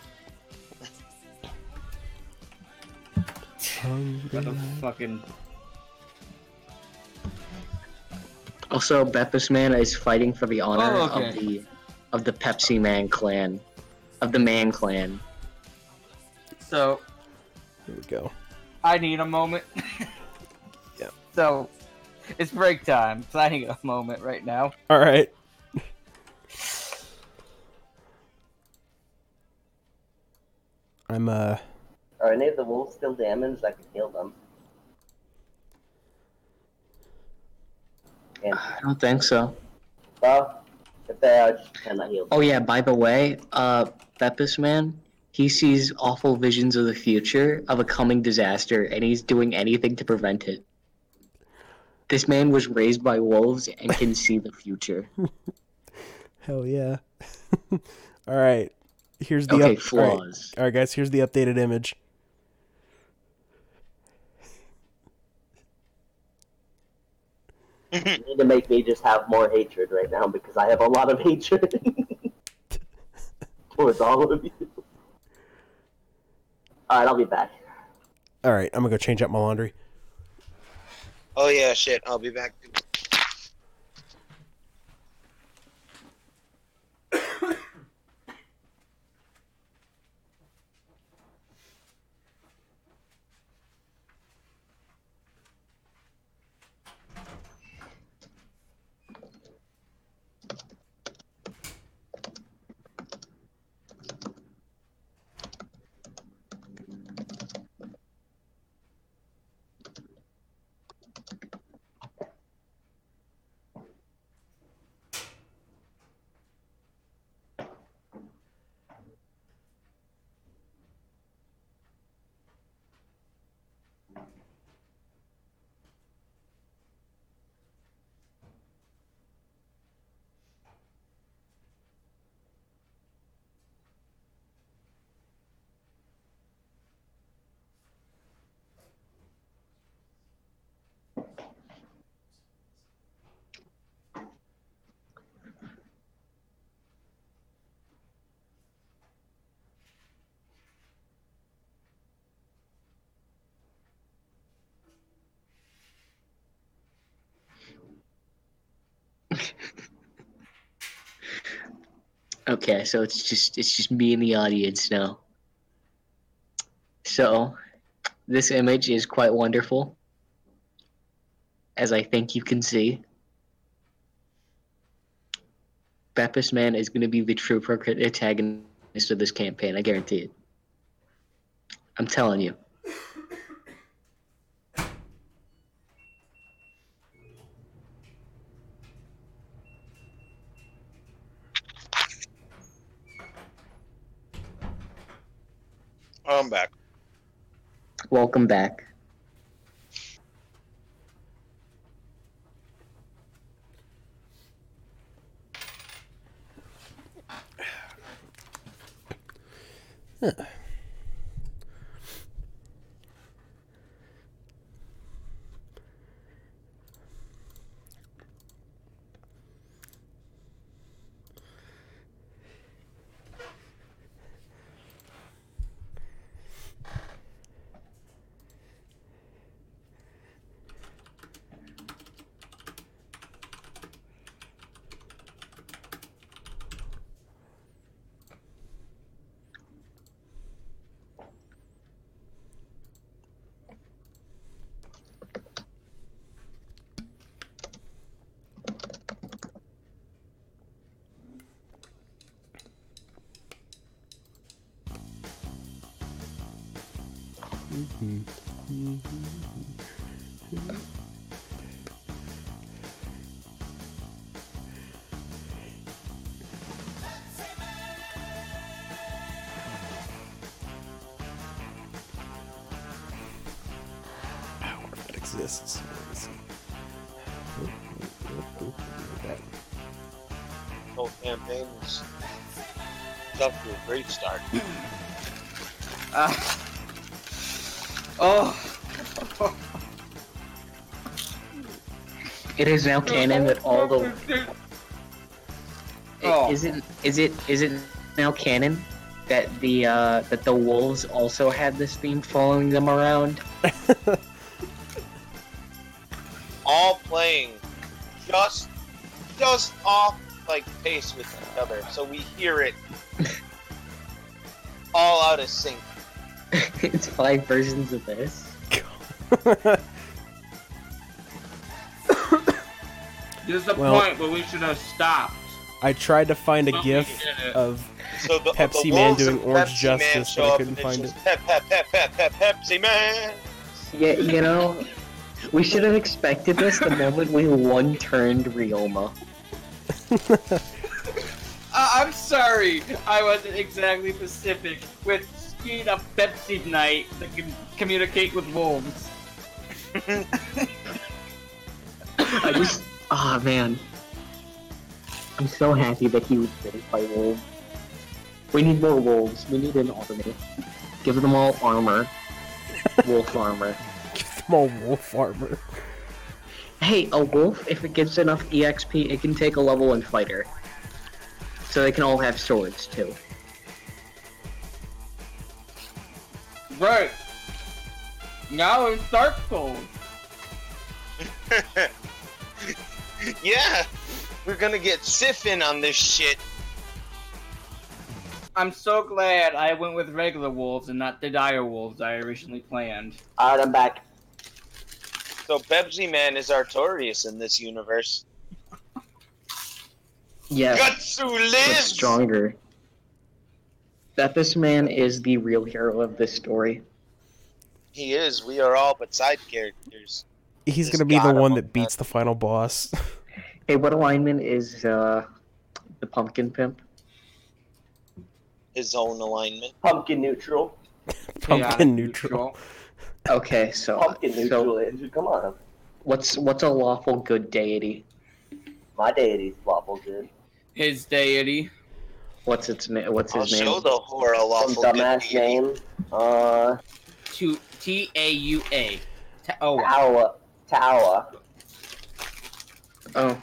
What a Mm-hmm. fucking Also, Bepis Man is fighting for the honor Oh, okay. of the of the Pepsi Man clan, of the Man clan. so. There we go. I need a moment. [laughs] Yeah. So it's break time. So I need a moment right now. All right. I'm uh Are any of the wolves still damaged? I can heal them. And I don't think so. well, if they are, just pretend I healed them. Oh yeah, by the way, uh, Bepis Man, he sees awful visions of the future of a coming disaster, and he's doing anything to prevent it. This man was raised by wolves and can see the future. hell yeah. [laughs] All right. Here's the Okay, up- all right. flaws. All right, guys, here's the updated image. You need to make me just have more hatred right now because I have a lot of hatred [laughs] towards all of you. All right, I'll be back. All right, I'm going to go change out my laundry. Oh yeah, shit. I'll be back. Okay, so it's just it's just me and the audience now. So this image is quite wonderful. As I think you can see. Bepis Man is gonna be the true protagonist of this campaign, I guarantee it. I'm telling you. Oh, I'm back. Welcome back. Power that exists. [laughs] Where is it? The whole campaign was off to a great start. Ah. oh, It is now canon that all the Oh. is it is it is it now canon that the uh, that the wolves also had this theme following them around. All playing just just off like pace with each other, so we hear it all out of sync. it's five versions of this. There's a Well- point where we should have stopped. I tried to find a But we gif did it. of [laughs] So the, Pepsi the Man wolves doing and Orange Pepsi Justice, man but show I up couldn't and it's find just Pep, pep, pep, pep, pep, Pepsi Man. [laughs] Yeah, you know, we should have expected this the moment we one turned Rioma. I Uh, I'm sorry, I wasn't exactly specific with speed up Pepsi Night that can communicate with wolves. I just, ah man, I'm so happy that he was raised by wolves. We need more wolves. We need an army. Give them all armor, wolf armor. small wolf armor. Hey, a wolf, if it gets enough EXP, it can take a level one fighter. So they can all have swords too. Right. Now in Darkhold. yeah, we're gonna get Sif in on this shit. I'm so glad I went with regular wolves and not the dire wolves I originally planned. All right, I'm back. So Pepsi Man is Artorias in this universe. Yeah. Gutsu but lives. stronger. That this man is the real hero of this story. He is. We are all but side characters. He's Just gonna be the gotta one love that beats the final boss. [laughs] Hey, what alignment is uh, the pumpkin pimp? His own alignment. Pumpkin neutral. Pumpkin Chaotic neutral. Okay, so Pumpkin neutral. so is- Come on. what's what's a lawful good deity? My deity's lawful good. His deity. What's its na- what's I'll his show [laughs] name? the horror Some lawful good dumbass deed. name. Uh, To T A U A. Ta- Oh, wow. Tawa. Tawa. Oh,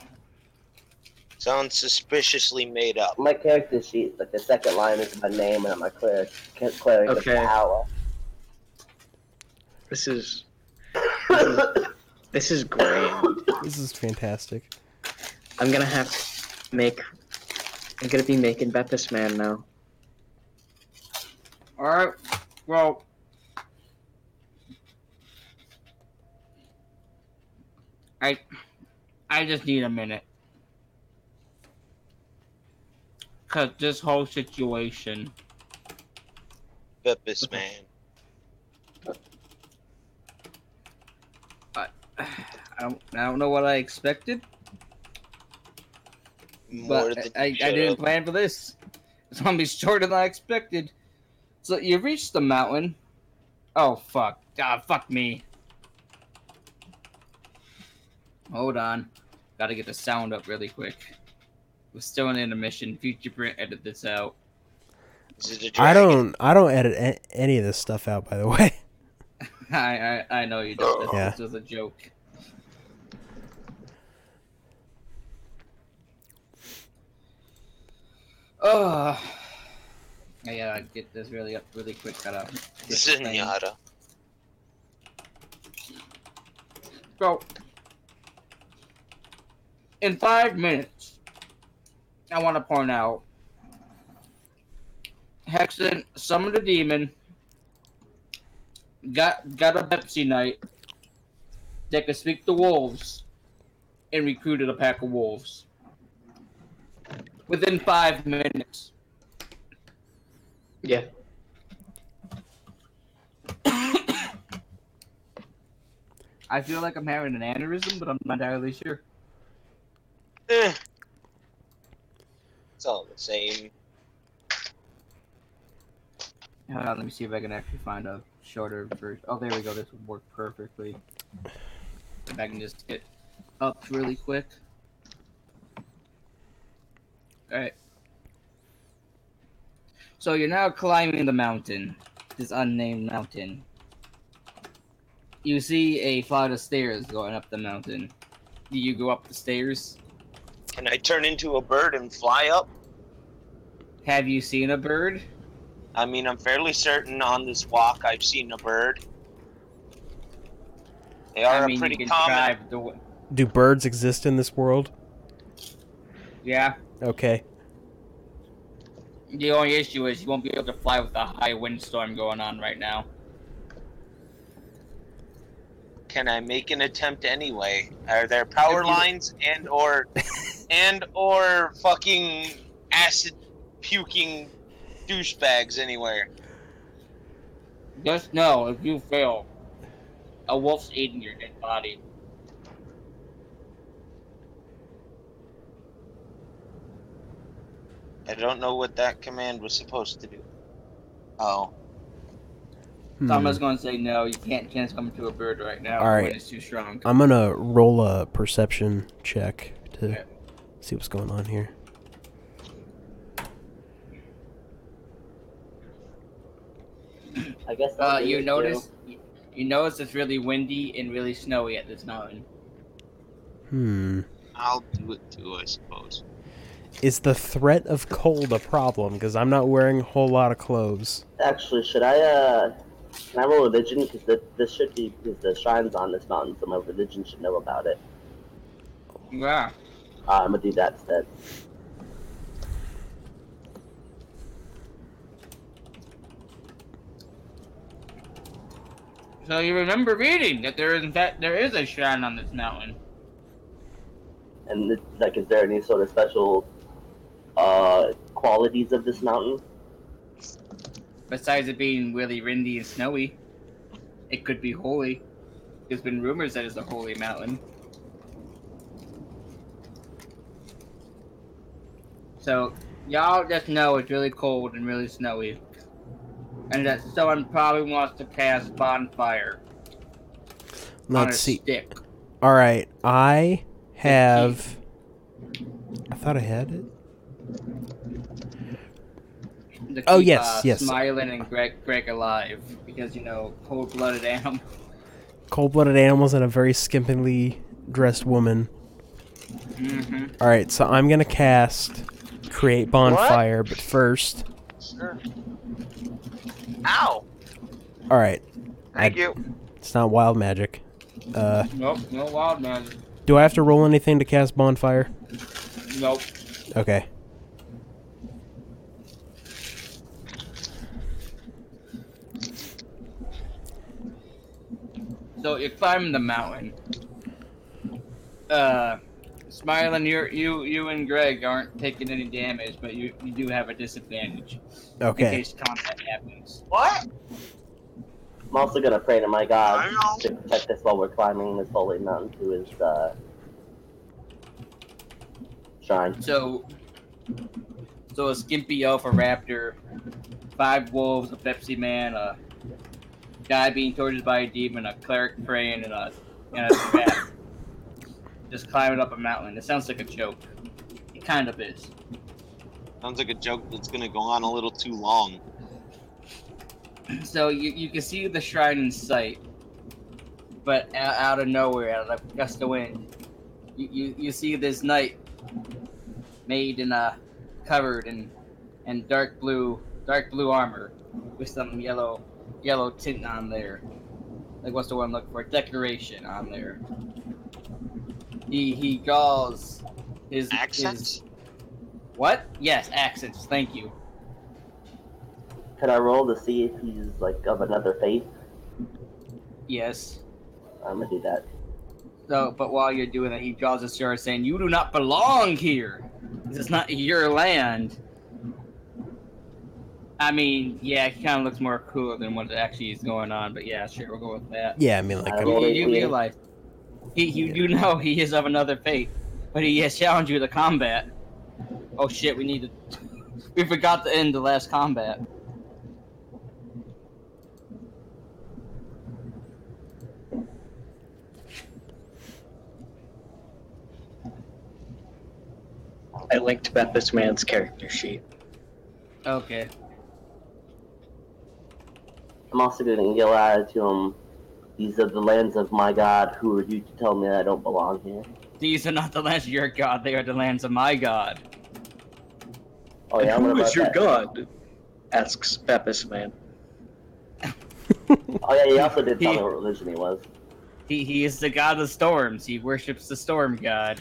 Sounds suspiciously made up. My character sheet, like the second line is my name and my cleric. Cleric Okay. is Tawa. this is this is great. This is fantastic. I'm gonna have to make. I'm gonna be making bet this man now. Alright. Well. I. I just need a minute. Cause this whole situation. [sighs] Pepis Man. I don't, I don't know what I expected, More than but I, I you didn't should've. plan for this. It's gonna be shorter than I expected. So you reached the mountain. Oh fuck! God, fuck me. Hold on, gotta get the sound up really quick. We're still in intermission. Future Print edit this out. Is it a I dragon? don't. I don't edit a- any of this stuff out, by the [laughs] way. [laughs] I I, I know you don't. This, Yeah. this was a joke. Oh, yeah. I get this really up really quick. Gotta get the thing. Zenyatta. Go. In five minutes, I want to point out Hexen summoned a demon, got got a Pepsi Knight that could speak to wolves, and recruited a pack of wolves. Within five minutes. Yeah. I feel like I'm having an aneurysm, but I'm not entirely sure. Eh. It's all the same. Hold on, let me see if I can actually find a shorter version. Oh, there we go. This would work perfectly. If I can just get up really quick. Alright. So you're now climbing the mountain, this unnamed mountain. You see a flight of stairs going up the mountain. Do you go up the stairs? Can I turn into a bird and fly up? Have you seen a bird? I mean, I'm fairly certain on this walk I've seen a bird. They are I mean, a pretty you can common. drive the. w- Do birds exist in this world? Yeah. Okay. The only issue is you won't be able to fly with the high windstorm going on right now. Can I make an attempt anyway? Are there power If you- lines and [laughs] or and or fucking acid puking douchebags anywhere? Just know if you fail, a wolf's eating your dead body. I don't know what that command was supposed to do. Oh, Hmm. So I'm just gonna say no. You can't transform into a bird right now. All the wind right. is too strong. I'm gonna roll a perception check to Okay. see what's going on here. I guess. that'll Uh, do it, you too. notice, you notice it's really windy and really snowy at this mountain. Hmm. I'll do it too, I suppose. Is the threat of cold a problem? Because I'm not wearing a whole lot of clothes. Actually, should I uh, can I roll religion? Because this should be because the shrine's on this mountain, so my religion should know about it. Yeah. Uh, I'm gonna do that instead. So you remember reading that there is in fact there is a shrine on this mountain. And it- like, is there any sort of special uh qualities of this mountain? Besides it being really windy and snowy, it could be holy. There's been rumors that it's a holy mountain. So, y'all just know it's really cold and really snowy. And that someone probably wants to cast bonfire on a Let's see. stick. All right, I have. I thought I had it. To Oh, keep, yes, uh, yes. Smiling and Greg, Greg alive because you know cold-blooded [laughs] animal. Cold-blooded animals and a very skimpily dressed woman. hmm All right, so I'm gonna cast create bonfire, but first, Sure. Ow! all right, Thank I- you. it's not wild magic. Uh, Nope, no wild magic. do I have to roll anything to cast bonfire? Nope. Okay. So you're climbing the mountain. Uh, smiling. You you you and Greg aren't taking any damage, but you you do have a disadvantage in Okay. case contact happens. What? I'm also gonna pray to my God I know. to protect us while we're climbing this holy mountain to His uh, shrine. So, so a skimpy elf, a raptor, five wolves, a Pepsi man, a guy being tortured by a demon, a cleric praying, and a and a [coughs] bat just climbing up a mountain. It sounds like a joke. It kind of is. Sounds like a joke that's gonna go on a little too long. So you, you can see the shrine in sight, but out, out of nowhere, out of a gust of wind, you, you, you see this knight made in a covered in in dark blue dark blue armor with some yellow yellow tint on there. Like what's the one I'm looking for? Decoration on there. He he galls his his- Accents? what? Yes, accents. Thank you. Can I roll to see if he's like of another faith? Yes. I'm gonna do that. So, but while you're doing that, he draws a sword, saying, "You do not belong here. This is not your land." I mean, yeah, he kind of looks more cool than what actually is going on, but yeah, sure, we'll go with that. Yeah, I mean, like, I I'm, will- You, mean- you realize, he, you do know he is of another faith, but he has challenged you to combat. Oh shit, we need to. [laughs] We forgot to end the last combat. I linked Bethus Man's character sheet. Okay. I'm also going to yell out to him, These are the lands of my God. Who are you to tell me I don't belong here? These are not the lands of your god, they are the lands of my god. Oh, yeah, what who about is your that? god? Asks Bethus Man. Oh, yeah, he also did tell [laughs] He- me what religion he was. He, he is the god of storms. He worships the storm god.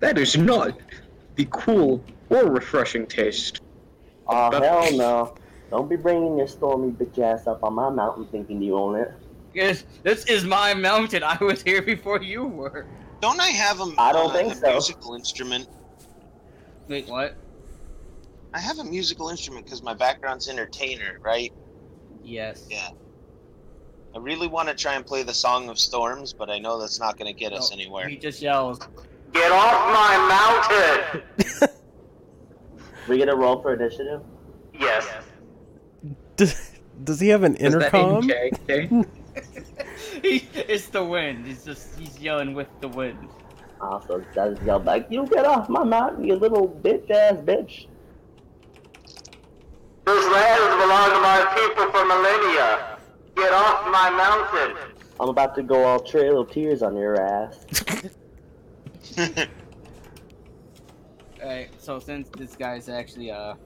That is not the cool or refreshing taste. Oh, But- hell no. Don't be bringing your stormy bitch ass up on my mountain thinking you own it. Yes, this is my mountain. I was here before you were. Don't I have a, I don't uh, think a so. musical instrument? Wait, what? I have a musical instrument because my background's entertainer, right? Yes. Yeah. I really want to try and play the Song of Storms, but I know that's not going to get us No, anywhere. He [laughs] just yells. [laughs] Get off my mountain! We get a roll for initiative? Yes. does, does he have an Is that in intercom? character? He, it's the wind. He's just he's yelling with the wind. Also, does yell back, You get off my mountain, you little bitch ass bitch. This land has belonged to my people for millennia. Get off my mountain. I'm about to go all trail of tears on your ass. Alright, so since this guy's actually a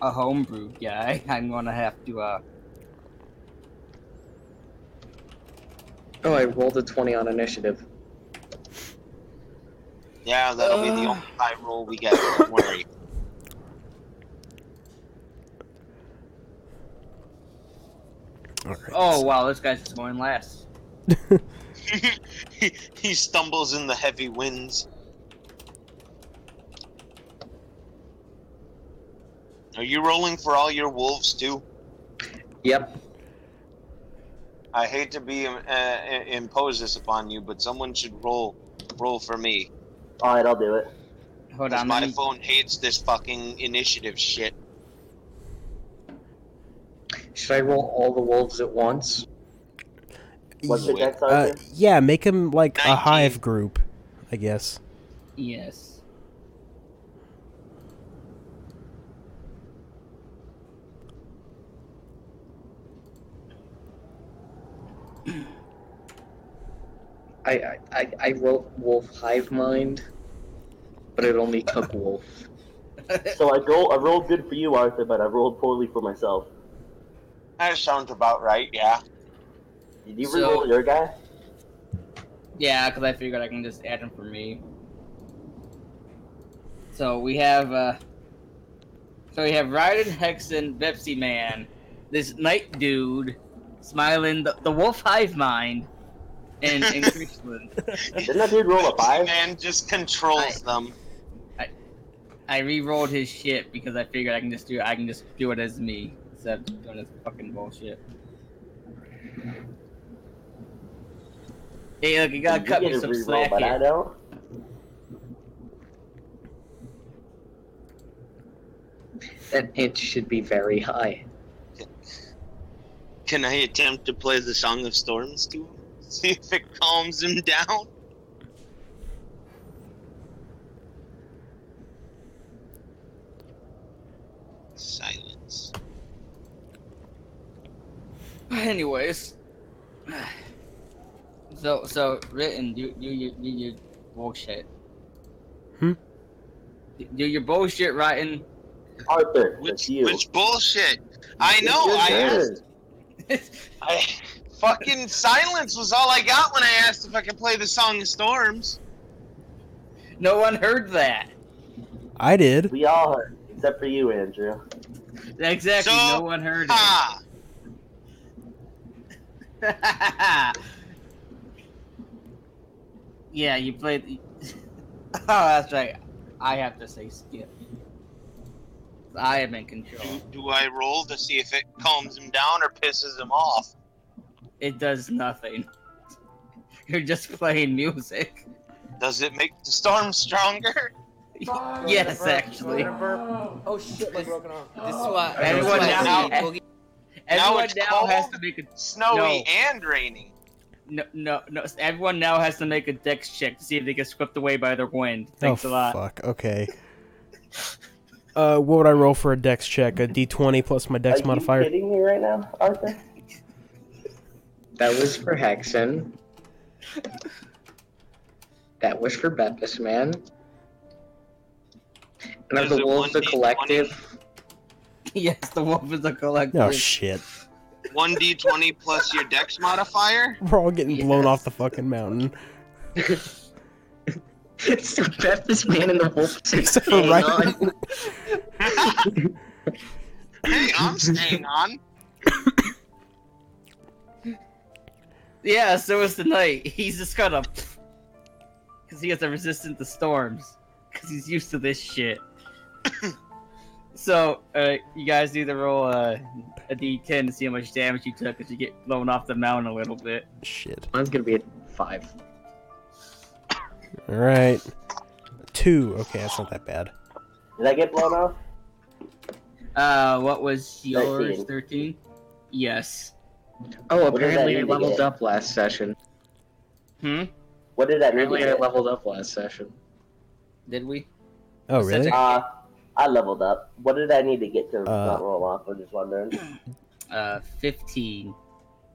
a homebrew guy, [laughs] I'm gonna have to uh oh, I rolled a 20 on initiative. yeah, that'll be the Uh. only high roll we get. Don't worry. [laughs] All right, Oh wow, this guy's just going last. he, he stumbles in the heavy winds. Are you rolling for all your wolves too? Yep. I hate to be um, uh, impose this upon you, but someone should roll roll for me. Alright, I'll do it. Hold 'Cause on, let my me, phone hates this fucking initiative shit. Should I roll all the wolves at once? What's your deck Uh, sergeant? yeah, make him like a 19. hive group, I guess. yes. I, I, I, I wrote wolf hive mind, but it only took wolf. so I go, I rolled good for you, Arthur, but I rolled poorly for myself. That sounds about right. Yeah. Did you So- re-roll your guy? Yeah, because I figured I can just add them for me. So we have, uh, so we have Ryden Hexen, Pepsi Man, this night dude, smiling, the, the Wolf Hive Mind, and and Chrisland. Didn't that dude roll a five? Man just controls them. I re-rolled his shit because I figured I can just do I can just do it as me instead of doing this fucking bullshit. Hey, look, you gotta Did cut you me get a some reroll, slack but I here. don't. That it should be very high. Can I attempt to play the Song of Storms to [laughs] him? See if it calms him down. Silence. [laughs] Anyways, [sighs] so so written, do do you do your bullshit. Hmm? Do- Do your bullshit, writing. Arthur, it's Which you. which bullshit? I It's know. your I turn. asked. I fucking silence was all I got when I asked if I could play the Song of Storms. no one heard that. I did. We all heard, except for you, Andrew. Exactly, So- no one heard Ah. it. [laughs] [laughs] yeah, you played. oh, that's right. I have to say skip. I am in Do, control. do I roll to see if it calms him down or pisses him off? It does nothing. [laughs] You're just playing music. Does it make the storm stronger? Yes, actually. Oh shit, my broken arm. This is why. Everyone this is now- why I see Boogie- Everyone it's now cold. has to make a Snowy No. and rainy. no, no, no. Everyone now has to make a dex check to see if they get swept away by the wind. Thanks oh, a lot. Fuck. Okay. Uh, what would I roll for a dex check? A d20 plus my dex Are modifier. you kidding me right now, Arthur? That was for Hexen. that was for Bepis, man. And of There's the a Wolves, the 1D20. collective. [laughs] yes, the wolf is a collector. Oh shit! One d twenty plus your dex modifier. We're all getting blown Yes. off the fucking mountain. [laughs] It's the Bepis man and the Wolves. Except for Ryan. hey, [laughs] I'm staying on. yeah, so is the knight. He's just kind [laughs] of because he has a resistant to storms because he's used to this shit. [coughs] so, uh, you guys do the roll uh, a d10 to see how much damage you took as you get blown off the mountain a little bit. Shit. Mine's gonna be at five. All right. Two. Okay, that's not that bad. Did I get blown off? Uh, what was yours? 13. Thirteen. Yes. Oh, What does that apparently I mean to leveled get? up last session. Hmm. What did that mean? Apparently I to leveled up last session. Did we? Oh Such really? a- get? Uh, I leveled up. What did I need to get to Uh, not roll off? I'm just wondering. Uh, fifteen.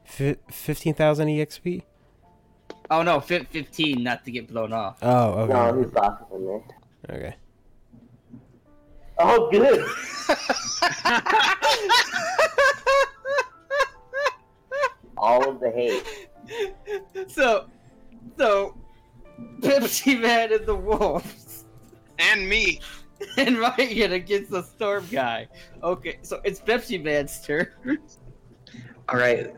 F- Fifteen thousand E exp. Oh no, fi- fifteen. Not to get blown [laughs] off. Oh, No, okay. he's laughing me. Okay. Oh, good. All of the hate. so, so, Pepsi Man and the wolves [laughs] And me. and Ryan against the storm guy. Okay, so it's Pepsi Man's turn. All right,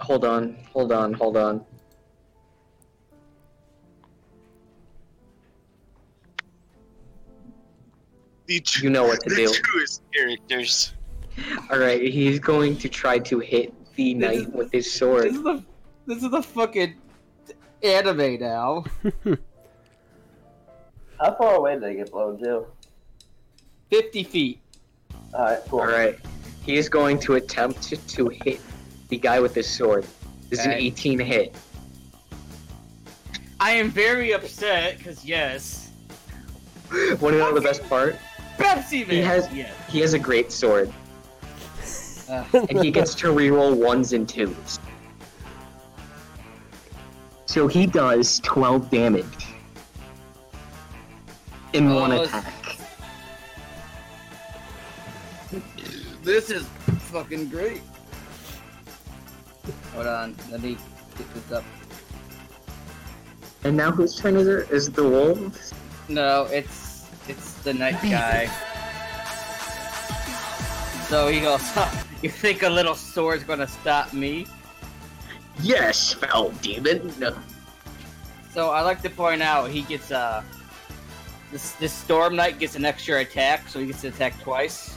hold on, hold on, hold on. The two, You know what to the do. truest characters. All right, he's going to try to hit the This is- knight with his This sword. is the, this is the fucking anime now. How far away did I get blown to? Fifty feet. All right, cool. All right, he is going to attempt to, to hit the guy with his sword. This is an Okay. 18 hit. I am very upset because yes, Want to know the best part? Pepsi Man. He has- yes. He has a great sword, Uh, and he gets to reroll ones and twos. So he does 12 damage in one Oh, attack. [laughs] this is fucking great. Hold on, let me get this up. And now whose turn is it? Is the wolves? No, it's it's the night guy. So he goes, [laughs] huh, you think a little sword's gonna stop me? Yes, foul demon. No. So I like to point out he gets uh this this storm knight gets an extra attack, so he gets to attack twice.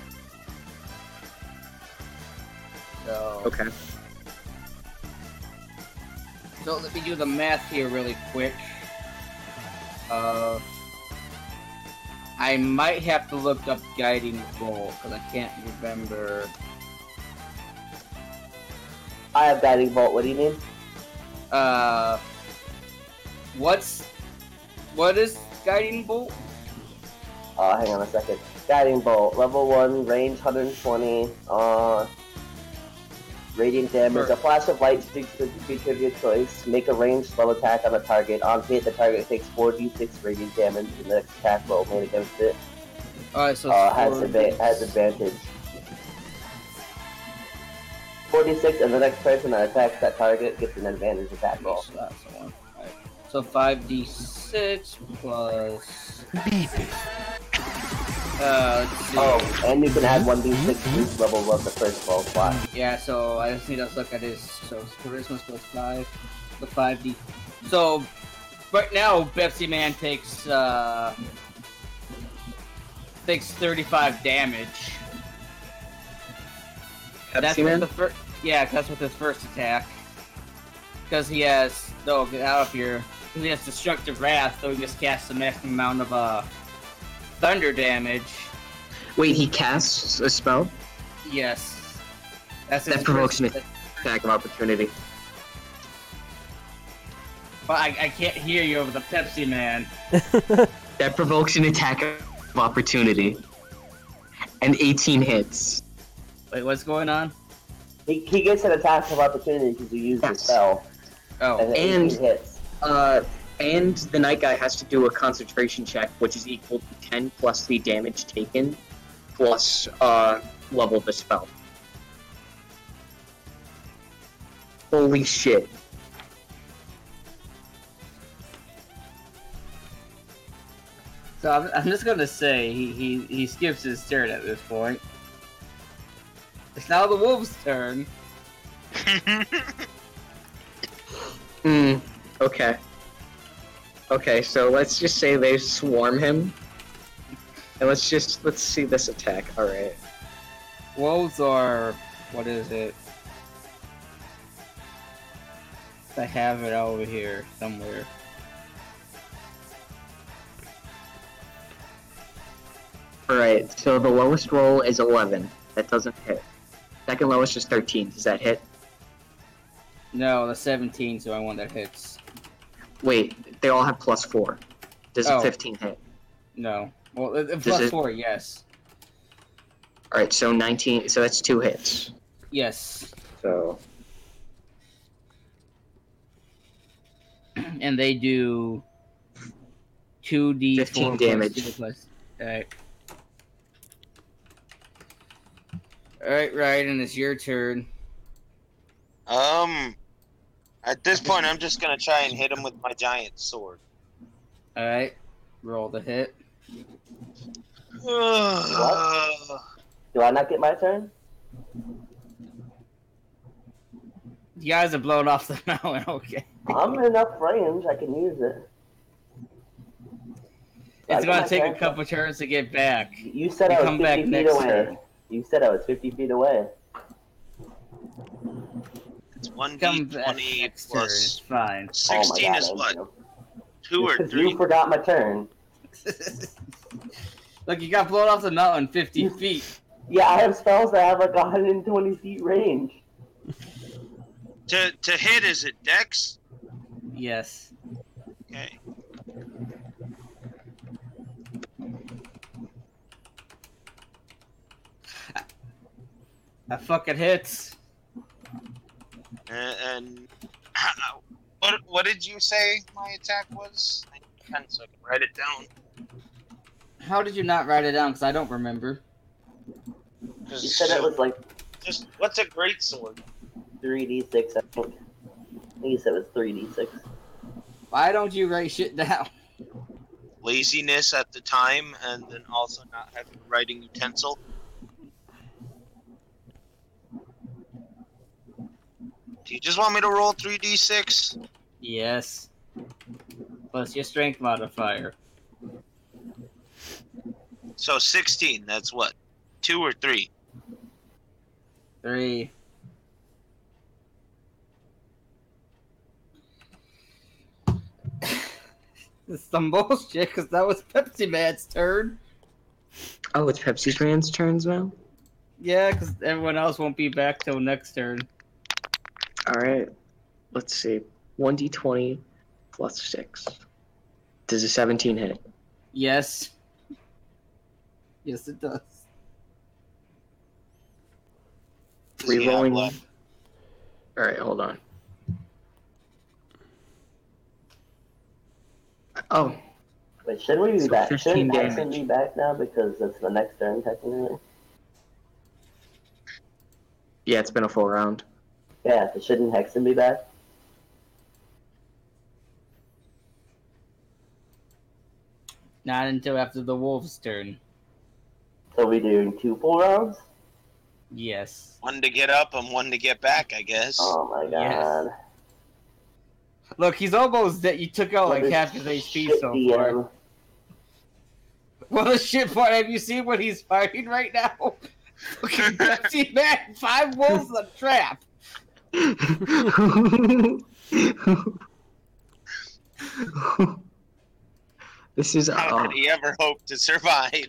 So Okay. So let me do the math here really quick. Uh, I might have to look up guiding bolt because I can't remember. I have guiding bolt. What do you mean? Uh, what's what is guiding bolt? Uh, hang on a second. Guiding bolt, level one, range 120. Uh, radiant damage. Sure. A flash of light streaks through the creature of your choice. Make a ranged spell attack on a target. On hit, the target takes 4d6 radiant damage, and the next attack roll made against it All right, so uh, has, four- adva- has advantage. 46, and the next person that attacks that target gets an advantage attack roll. So that's the one. All right. So five d six plus. Uh, let's see. Oh, and you can add 1d6 to each level of the first roll slot. Yeah, so I just need us to look at his so his charisma's plus five, the five D. So right now, Pepsi Man takes uh takes 35 damage. That's Pepsi with Man? the first. Yeah, 'cause that's with his first attack. Because he has. No, get out of here. 'Cause He has destructive wrath, so he just casts the maximum amount of uh, thunder damage. Wait, he casts a spell? Yes. That's his That provokes first- me. Attack of opportunity. But I, I can't hear you over the Pepsi man. That provokes an attack of opportunity. And 18 hits. Wait, what's going on? He, he gets an attack of opportunity because he used his Yes. spell Oh, and, And- and he hits. Uh, and the night guy has to do a concentration check, which is equal to 10 plus the damage taken, plus uh, level of the spell. Holy shit. so I'm, I'm just gonna say he, he he skips his turn at this point. It's now the wolf's turn. Hmm. Okay. Okay, so let's just say they swarm him. And let's just let's see this attack. Alright. Wolves are what is it? I have it over here somewhere. Alright, so the lowest roll is eleven. That doesn't hit. Second lowest is thirteen. Does that hit? No, the 17's the only one that hits. Wait, they all have plus four. Does a Oh. fifteen hit? No. Well, uh, uh, Does plus it- four, yes. Alright, so nineteen so that's two hits. Yes. So And they do 2d4 15 plus damage. two Plus... Alright. Alright, Ryan, it's your turn. Um, at this point, I'm just gonna try and hit him with my giant [sighs] sword. Alright. Roll the hit. Do I not get my turn? You guys are blown off the [laughs] mountain, okay. I'm in enough range. I can use it. I It's gonna got take a that. couple turns to get back. You said You I was come 50 back feet next away. turn. You said I was 50 feet away. Oh It's one d Come back twenty next turn. It's plus [laughs] fine. oh my sixteen God, I is what know. two or It's 'cause three. [laughs] You forgot my turn. Look, you got blown off the mountain 50 feet. Yeah, I have spells that have like 120 feet range. To to hit is it Dex? Yes. Okay. That fucking hits. Uh, and [clears throat] how- what what did you say my attack was? I kind of so I can write it down How did you not write it down? Because I don't remember. You said it was like just what's a great sword? 3d6. I think. I think you said it was 3d6. Why don't you write shit [laughs] down? Laziness at the time, and then also not having a writing utensil. Do you just want me to roll three d six? Yes. Plus your strength modifier. So sixteen. That's what two or three. Three. [laughs] it's some bullshit because that was Pepsi Man's turn. Oh, it's Pepsi Man's turns now? Yeah, because everyone else won't be back till next turn. Alright. Let's see. One D twenty plus six. Does a seventeen hit? Yes. Yes, it does. Does he have Rerolling. left? Alright, hold on. Oh, Wait, should we be So back? 15 Should Paxton damage. be back now because it's the next turn technically? yeah, it's been a full round. Yeah, so shouldn't Hexen be back? Not until after the wolf's turn. So we doing two full rounds? Yes. One to get up and one to get back, I guess. [laughs] Oh my Yes. god. Oh, Look, he's almost dead. You took out What like is half his HP shit so DM? far. Well, [laughs] the shit part, have you seen what he's fighting right now? Fucking Pepsi Man, five wolves in a trap. this is [laughs] How oh, could he ever hope to survive?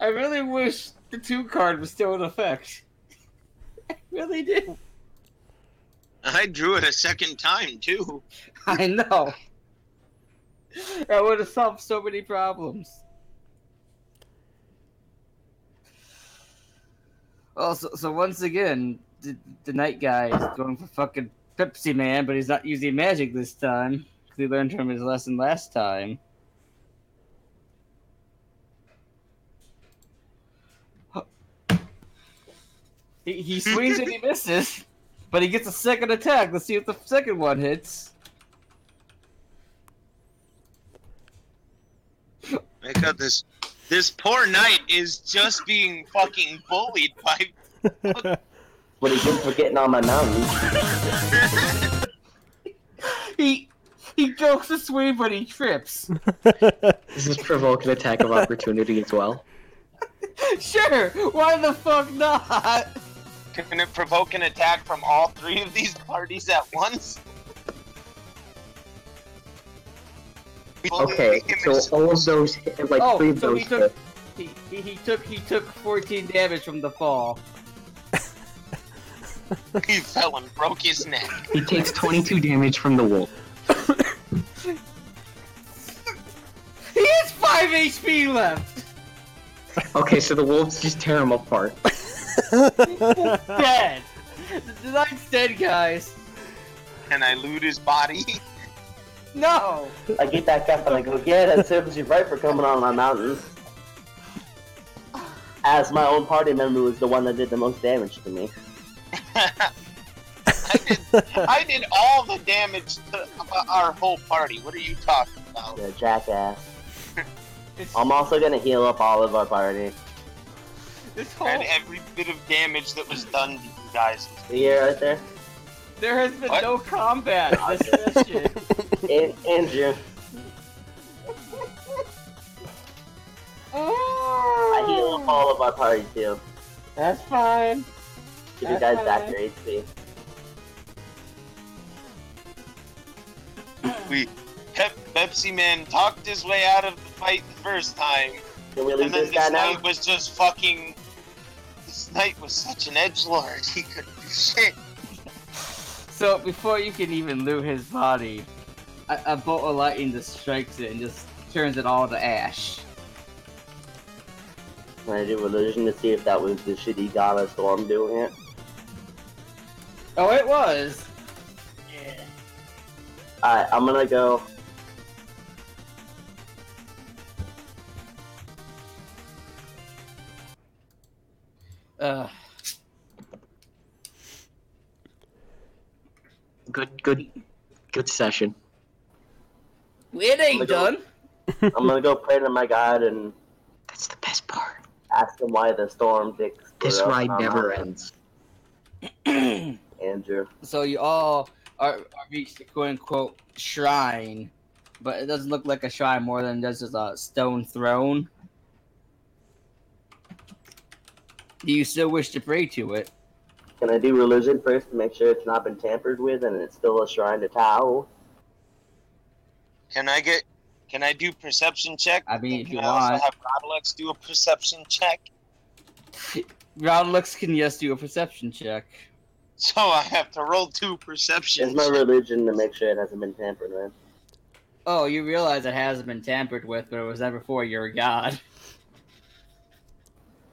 I really wish the two card was still in effect. [laughs] I really do. I drew it a second time too. [laughs] I know. That would have solved so many problems. Well, so, so once again, the, the night guy is going for fucking Pepsi Man, but he's not using magic this time 'cause he learned from his lesson last time. He, he swings and he misses, but he gets a second attack. Let's see if the second one hits. My God, this this poor knight is just being fucking bullied by. What he gets for getting on my mountain. He he jokes a swing, but he trips. this is provoke an attack of opportunity as well. sure, why the fuck not? Can it provoke an attack from all three of these parties at once? Okay, so all of those, hit, like Oh, three of so those he took- hit. He, he, he took he took 14 damage from the fall. [laughs] he fell and broke his neck. He takes 22 damage from the wolf. He has 5 HP left. Okay, so the wolves just tear him apart. dead. The- The knight's dead, guys. Can I loot his body? [laughs] No. I get back up and I go, yeah, that serves you right for coming on my mountain. As my own party member was the one that did the most damage to me. I did. I did all the damage to uh, our whole party. What are you talking about? The [laughs] jackass. It's, I'm also gonna heal up all of our party. this whole, And every bit of damage that was done to you guys. Yeah, right there. there has been What? no [laughs] combat this session. And Andrew. I heal up all of our party too. That's fine. Give you guys back your HP. We Pep, Pepsi Man talked his way out of the fight the first time, Can we and leave then this this guy now? knight was just fucking. This knight was such an edge lord. [laughs] He couldn't do shit. So before you can even loot his body, a, a bolt of lightning just strikes it and just turns it all to ash. Can I do illusion to see if that was the shitty Ghana storm doing it? Oh, it was. Alright, I'm gonna go. Uh, Good, good, good session. it ain't done. I'm gonna go pray to my god and That's the best part. ask him why the storm dicks. were This up ride my never mountain. ends. Andrew. So you all are, are reached the quote unquote shrine, but it doesn't look like a shrine more than just a stone throne. Do you still wish to pray to it? Can I do religion first to make sure it's not been tampered with and it's still a shrine to Tao? Can I get? Can I do perception check? I mean, if Can you I also want. have Rodalex do a perception check? [laughs] Rodlux can yes do a perception check. So I have to roll two perceptions. It's my religion to make sure it hasn't been tampered with. Oh, you realize it has been tampered with, but it was never for your god.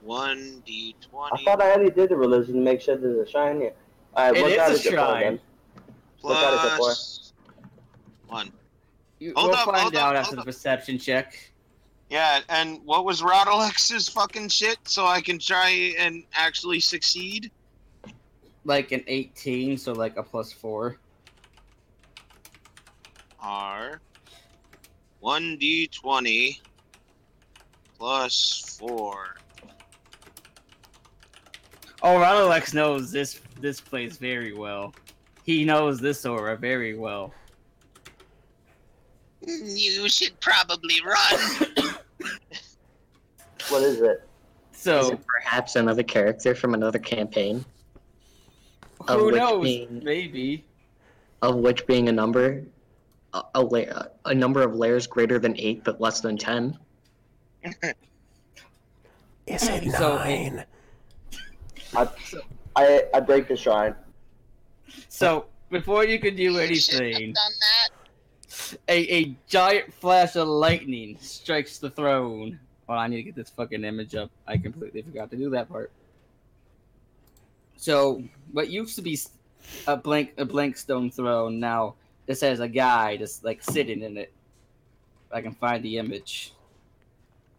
One d I twenty thought I already did the religion to make sure there's a shrine here. Alright, It what is god a is it for shrine. again? What kind of plus one. You, Hold we'll up, find hold up, out hold after the up. perception check. Yeah, and what was Rodalex's fucking shit? So I can try and actually succeed. Like an 18, so like a plus four. Are one d twenty plus four. Oh, Rodalex knows this this place very well. He knows this aura very well. You should probably run. What is it? Is So it perhaps another character from another campaign? Of who which knows? being- Maybe. of which being a number a, a, la- a number of layers greater than eight but less than ten. [laughs] Is it So- nine? I, I, I break the shrine. So before you could do You shouldn't have anything, done that. a, a giant flash of lightning strikes the throne. Well, I need to get this fucking image up. I completely forgot to do that part. So, what used to be a blank a blank stone throne now this has a guy just like sitting in it. If I can find the image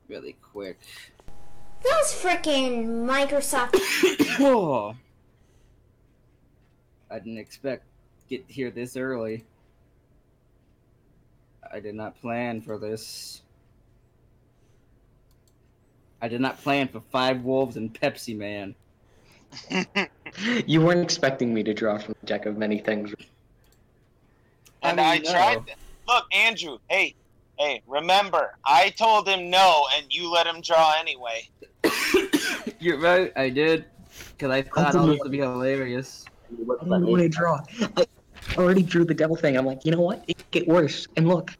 really quick. Those frickin' Microsoft. [sighs] Whoa. I didn't expect get here this early. I did not plan for this. I did not plan for five wolves and Pepsi Man. [laughs] You weren't expecting me to draw from a deck of many things. I And mean, I, no. tried. th- Look, Andrew. Hey, hey. Remember, I told him no, and you let him draw anyway. You're right, I did, because I thought all this would be hilarious. You look I don't know like what I me. draw. I already drew the devil thing. I'm like, you know what? It could get worse. And look,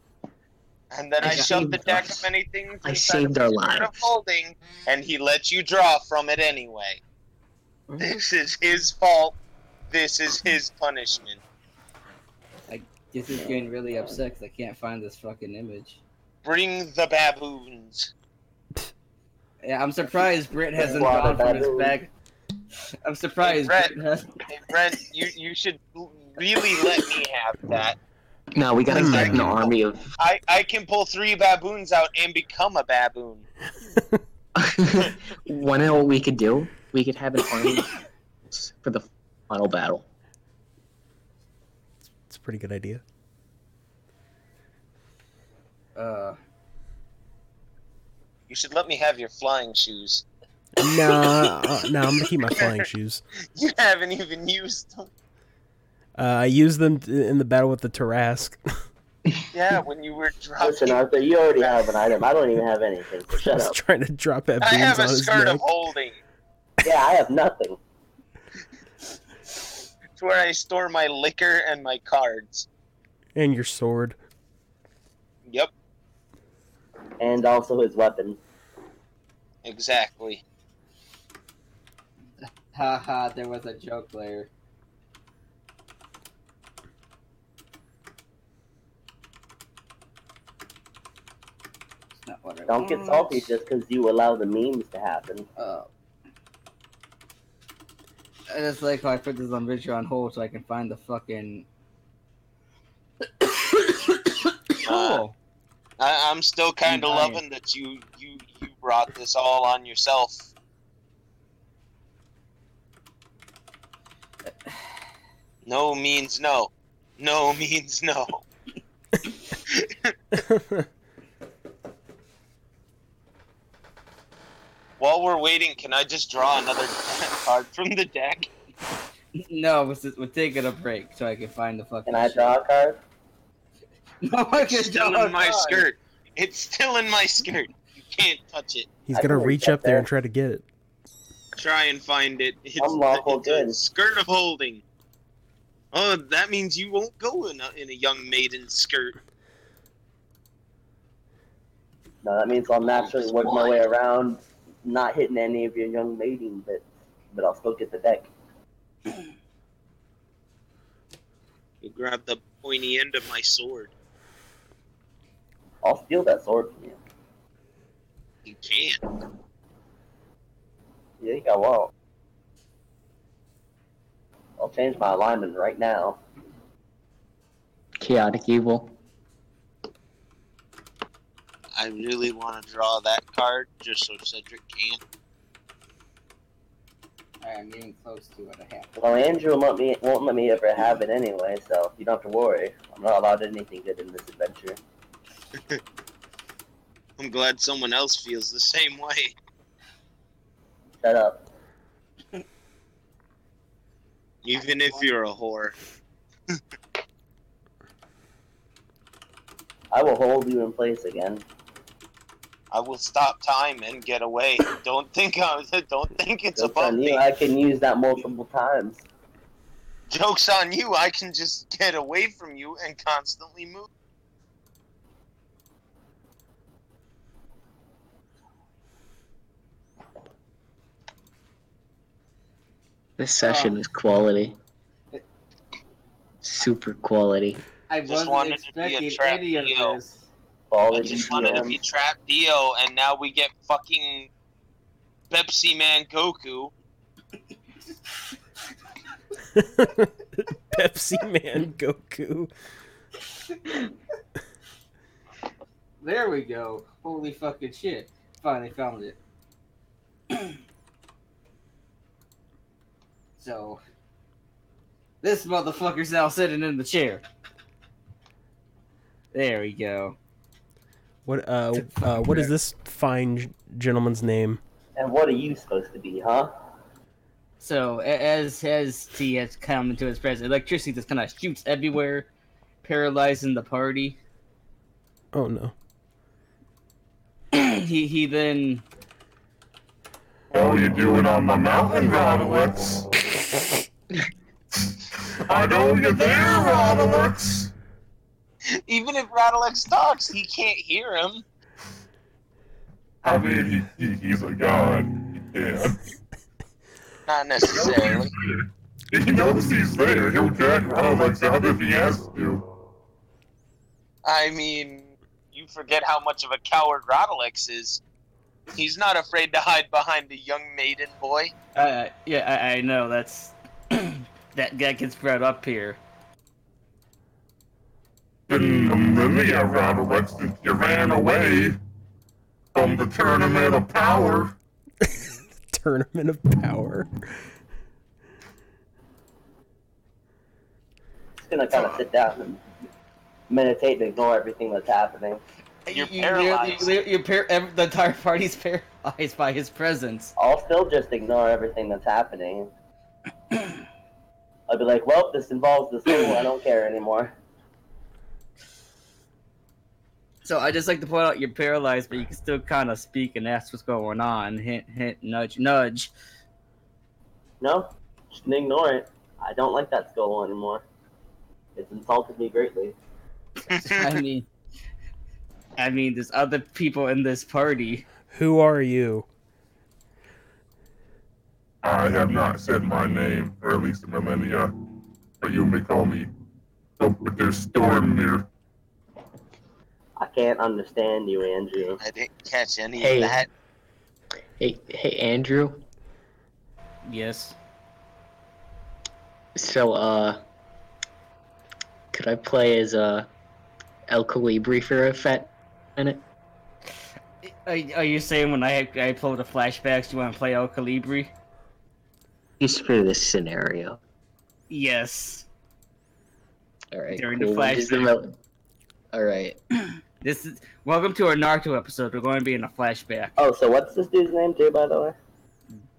And then I I, shoved saved the deck us. of many things I inside saved of our the square lives. of Holding, and he let you draw from it anyway. This is his fault. This is his punishment. This is getting really upset because I can't find this fucking image. Bring the baboons. Yeah, I'm surprised Britt hasn't A lot gone of from his baboons. back. [laughs] I'm surprised Brett. Britt has. Hey, Brent, you you should really let me have that. no, we gotta get an Exactly. army of. I, I can pull three baboons out and become a baboon. [laughs] Wanna know what we could do? We could have an [laughs] army for the final battle. It's a pretty good idea. Uh, You should let me have your flying shoes. [laughs] Nah, uh, nah. I'm gonna keep my [laughs] flying shoes. You haven't even used them. Uh, I used them t- in the battle with the [laughs] Tarask. Yeah, when you were Listen, dropping. Arthur, you already have an item. I don't even have anything. So I shut [laughs] was up. trying to drop that I beans have on a his skirt neck. of holding. Yeah, I have nothing. It's where I store my liquor and my cards. and your sword. [laughs] Yep, And also his weapon. exactly. haha, there was a joke there. It's not what I Don't get Mm. want. salty just because you allow the memes to happen. Uh, I just like how I put this on video on hold so I can find the fucking. Uh, cool. I, I'm still kind of Mm, I- loving that you, you you brought this all on yourself. [sighs] No means no. No [laughs] means no. While we're waiting, can I just draw another [laughs] card from the deck? [laughs] [laughs] No, we're, just- we're taking a break so I can find the Can fucking. I draw a card? shit. [laughs] No, I can It's still draw in my a card. skirt. It's still in my skirt. You can't touch it. He's I gonna can reach reach up up there there. and try to [laughs] get it. Try and find it. It's Unlawful the- it's a good. Skirt of holding. Oh, that means you won't go in a, in a young maiden's skirt. No, that means I'll naturally work my way around, not hitting any of your young mating bits, but I'll still get the deck. You grab the pointy end of my sword. I'll steal that sword from you. You can't. You think I won't? I'll change my alignment right now. Chaotic evil. I really want to draw that card just so Cedric can't. Alright, I'm getting close to what I have. Well, Andrew won't let me won't let me ever have it anyway, so you don't have to worry. I'm not allowed anything good in this adventure. I'm glad someone else feels the same way. Shut up. Even if you're a whore. I will hold you in place again. I will stop time and get away. Don't think I was, [laughs] don't think it's Jokes above on you, me. I can use that multiple times. Jokes on you. I can just get away from you and constantly move. This Um, session is quality. Super quality. I Just wasn't wanted to be a expecting trap any of Leo. this. I Follow just you, wanted to um, be Trap Dio, and now we get fucking Pepsi Man Goku. [laughs] Pepsi Man Goku. There we go. Holy fucking shit. Finally found it. [clears throat] so, this motherfucker's now sitting in the chair. There we go. What uh, uh what is this fine g- gentleman's name? And what are you supposed to be, huh? So, a- as as T has come into his presence, electricity just kind of shoots everywhere, paralyzing the party. [clears throat] Oh no. [laughs] he he then How you doing on the mountain, Rodolix? [laughs] I know you're there, Rodolix! Even if Radalex talks, he can't hear him. I mean, he, he, he's a god. Yeah. Not necessarily. He knows he's there. He'll drag Rodolix out if he has to. I mean, you forget how much of a coward Rodalex is. He's not afraid to hide behind a young maiden boy. uh, yeah I, I know that's [clears throat] that guy gets brought up here. Then, um, then the Rodolix, since you ran away from the tournament of power. Tournament of Power. Just gonna kind of sit down and meditate and ignore everything that's happening. You're You- you- paralyzed. You, you, are par- ev- the entire party's [laughs] paralyzed by his presence. I'll still just ignore everything that's happening. I'll be like, well, this involves the school. I don't care anymore. So I just like to point out you're paralyzed, but you can still kind of speak and ask what's going on. Hint, hint, nudge, nudge. No, just ignore it. I don't like that school anymore. It's insulted me greatly. [laughs] I mean, I mean, there's other people in this party. Who are you? I have not said my name for at least a millennia, but you may call me Jupiter Stormir. I can't understand you, Andrew. I didn't catch any Hey. of that. Hey, hey, Andrew. Yes. So, uh, could I play as uh, El Calibri for a fat minute? Are, are you saying when I I pull the flashbacks, you want to play El Calibri? Just for this scenario. Yes. All right. During the cool. When does flashback. mel- All right. This is welcome to our Naruto episode. We're going to be in a flashback. Oh, so what's this dude's name too, by the way?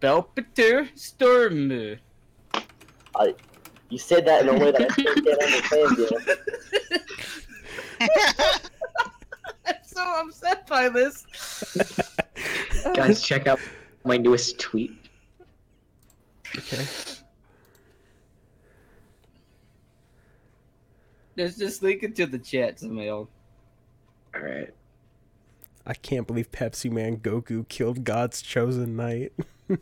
Belpeter Stormu. You said that in a way that I still [laughs] can't understand you. I'm so upset by this. Guys, check out my newest tweet. Let's just link it to the chat somehow. All right. I can't believe Pepsi Man Goku killed God's chosen knight. [laughs]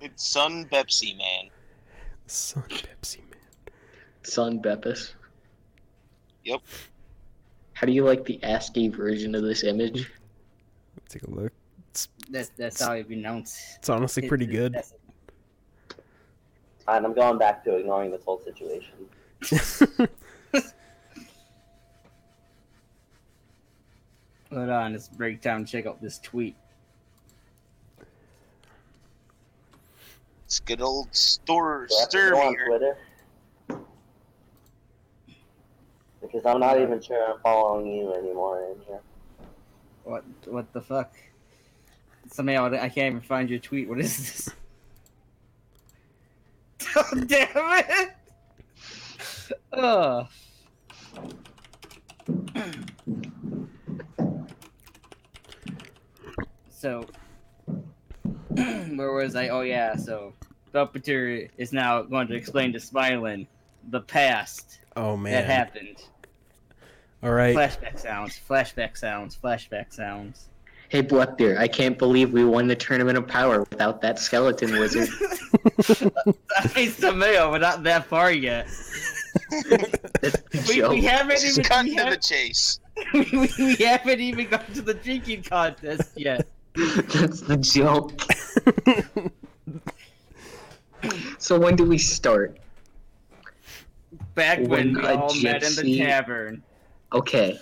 It's Son Pepsi Man. Son of Pepsi Man. Son Beppis. Yep. How do you like the ASCII version of this image? Let's take a look. That's that's how you pronounce. It's honestly pretty good. Alright, I'm going back to ignoring this whole situation. Hold on, let's break down. Check out this tweet. It's good old store Do I have to go on Sturmier. Twitter? Because I'm not even sure I'm following you anymore in here. What what the fuck? Somehow I I can't even find your tweet. What is this? [laughs] oh, damn it! Oh. So, [clears throat] where was I? Oh yeah. So, Belpeter is now going to explain to Smilin the past [laughs] Oh that man. happened. All right. [laughs] [laughs] Flashback sounds. Flashback sounds. Flashback sounds. Hey, Bluckbeer, I can't believe we won the Tournament of Power without that skeleton [laughs] wizard. It's the mail, but not that far yet. That's the We, joke. we haven't Just even cut we, to the haven't, chase. we, we haven't [laughs] even gotten to the drinking contest yet. That's the joke. so when do we start? Back when When we a all met in the gypsy- tavern Okay,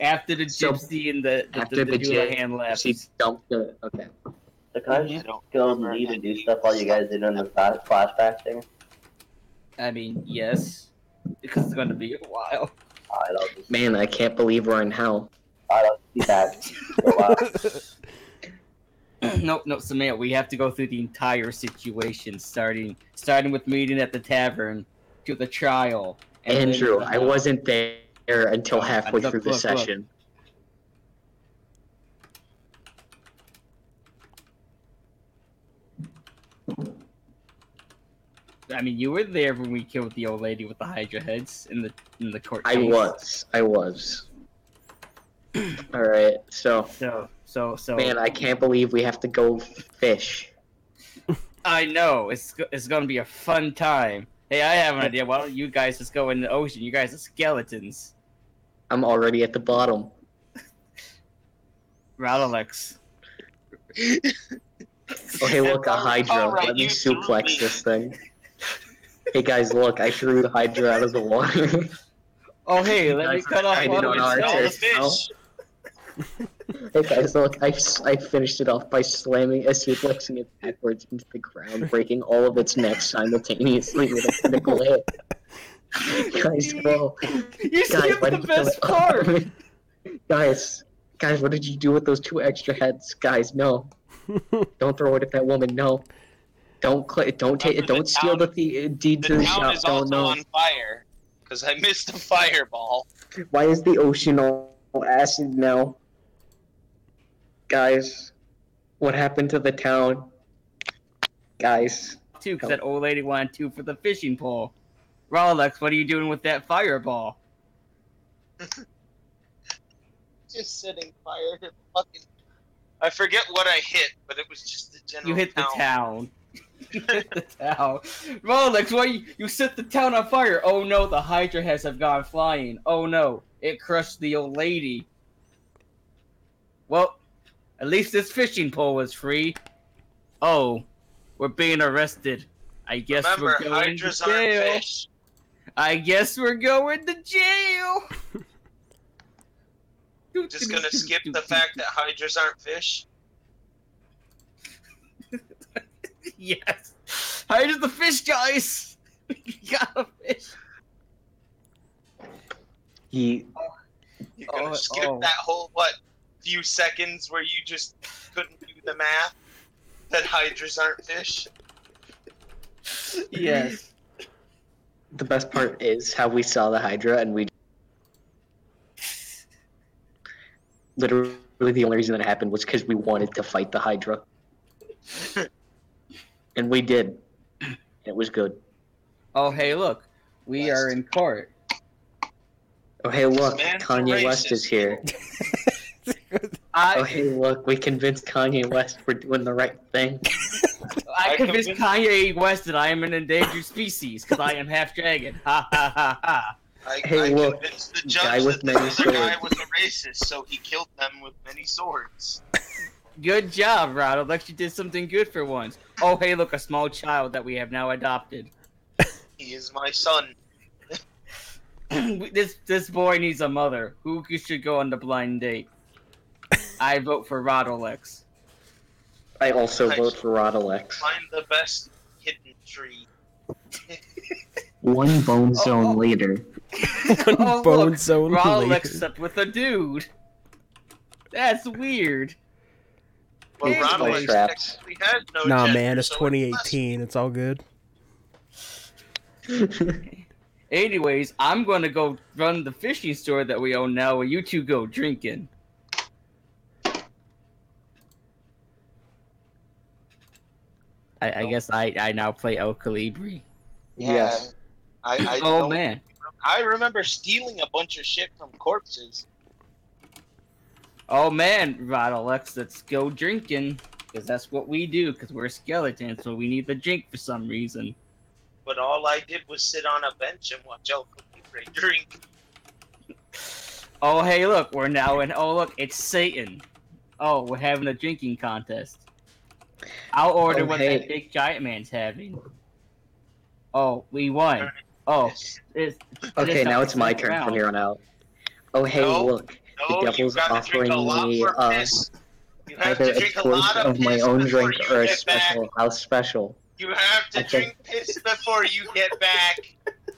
after the So, gypsy and the the, after the, the Doulahan left. she dumped the. Okay, So can I I just don't go remember leave and that. do stuff while you guys are doing the flash- flashback thing? I mean, yes, because it's going to be a while. [clears throat] Alright, I'll just, man, I can't believe we're in hell. alright, I'll be back. for a while. no, no, Samaya, we have to go through the entire situation, starting starting with meeting at the tavern to the trial. and then Andrew, the- I wasn't there until Oh, halfway look, through the look, look. session. I mean, you were there when we killed the old lady with the Hydra heads in the in the court. I case. was, [clears throat] I was. All right, so So, so, so. man, I can't believe we have to go fish. I know it's go- it's gonna be a fun time. Hey, I have an idea. Why don't you guys just go in the ocean? You guys are skeletons. I'm already at the bottom. Radalex. Oh, hey, look, [laughs] a All right, Hydra. all right, Let me you threw suplex me. this thing. hey, guys, look, I threw the Hydra out of the water. [laughs] Oh, hey, let me Guys, cut off I one did of not its know All the heads. artists. fish. hey, guys, look, I, s- I finished it off by slamming, uh, suplexing it backwards into the ground, breaking all of its necks simultaneously with a critical hit. [laughs] guys, bro. You Guys, skipped why the did you kill best it? part. [laughs] guys, guys, what did you do with those two extra heads? Guys, no. Oh, don't throw it at that woman. No. Don't cl- don't take Remember, the don't steal town- the, the deed The to the town shop. is Don't also know. on fire because I missed the fireball. Why is the ocean all acid now? Guys, what happened to the town? Guys, Two, because that old lady wanted two for the fishing pole. Radalex, what are you doing with that fireball? Just sitting fire. Fucking. I forget what I hit, but it was just the general. You hit the town. town. [laughs] you hit the town. Rolex, why you, you set the town on fire? Oh no, the Hydra heads have gone flying. Oh no, it crushed the old lady. Well, at least this fishing pole was free. Oh, we're being arrested. I guess Remember, we're going hydras to aren't jail. fish. I guess we're going to jail. [laughs] Just [laughs] gonna skip the fact that hydras aren't fish. Yes. Hydra the fish, guys. [laughs] We got a fish. he You're gonna Oh, skip oh. that whole what few seconds where you just couldn't do the math that hydras aren't fish. Yes. the best part is how we saw the Hydra and we literally the only reason that it happened was because we wanted to fight [laughs] the Hydra. and we did. It was good. Oh, hey, look. We West. are in court. Oh hey look, man's a Kanye West is racist. here. I, [laughs] Oh hey look, we convinced Kanye West we're doing the right thing. I, I convinced convinced- Kanye West that I am an endangered species because I am half dragon. Ha ha ha ha. I, Hey, I look, convinced the judge guy with that many the other guy swords. was a racist, so he killed them with many swords. Good job, Rod. Alex, you did something good for once. Oh, hey, look, a small child that we have now adopted. [clears throat] He is my son. this this boy needs a mother. Who should go on the blind date? I vote for Rod Alex. I also Nice. vote for Rod Alex. Find the best hidden tree. One bone zone oh. later. oh, Bone look, zone Rod later. Alex slept with a dude. That's weird. Well, Here's Ronald my traps. technically has no Nah, gender, man, it's so it must- 2018. It's all good. Anyways, I'm gonna go run the fishing store that we own now, and you two go drinking. I, I guess I, I now play El Calibri. Yeah. Yes. I, I oh don't- man, I remember stealing a bunch of shit from corpses. oh man, Rod Alex, let's go drinking because that's what we do because we're skeletons, so we need to drink for some reason. But all I did was sit on a bench and watch El Calibre [laughs] drink. Oh hey, look, we're now in. Oh look, it's Satan. Oh, we're having a drinking contest. I'll order Oh, what hey. that big giant man's having. Oh, we won. Oh, it's, Okay, now it's my turn from here on out. Oh hey, No. look. No, devil's you got to drink a offering lot me, for uh, piss. You have Either to a drink a choice lot of my piss own before drink you or a get special Back. house special. [laughs] You have to Okay. drink piss before you get back.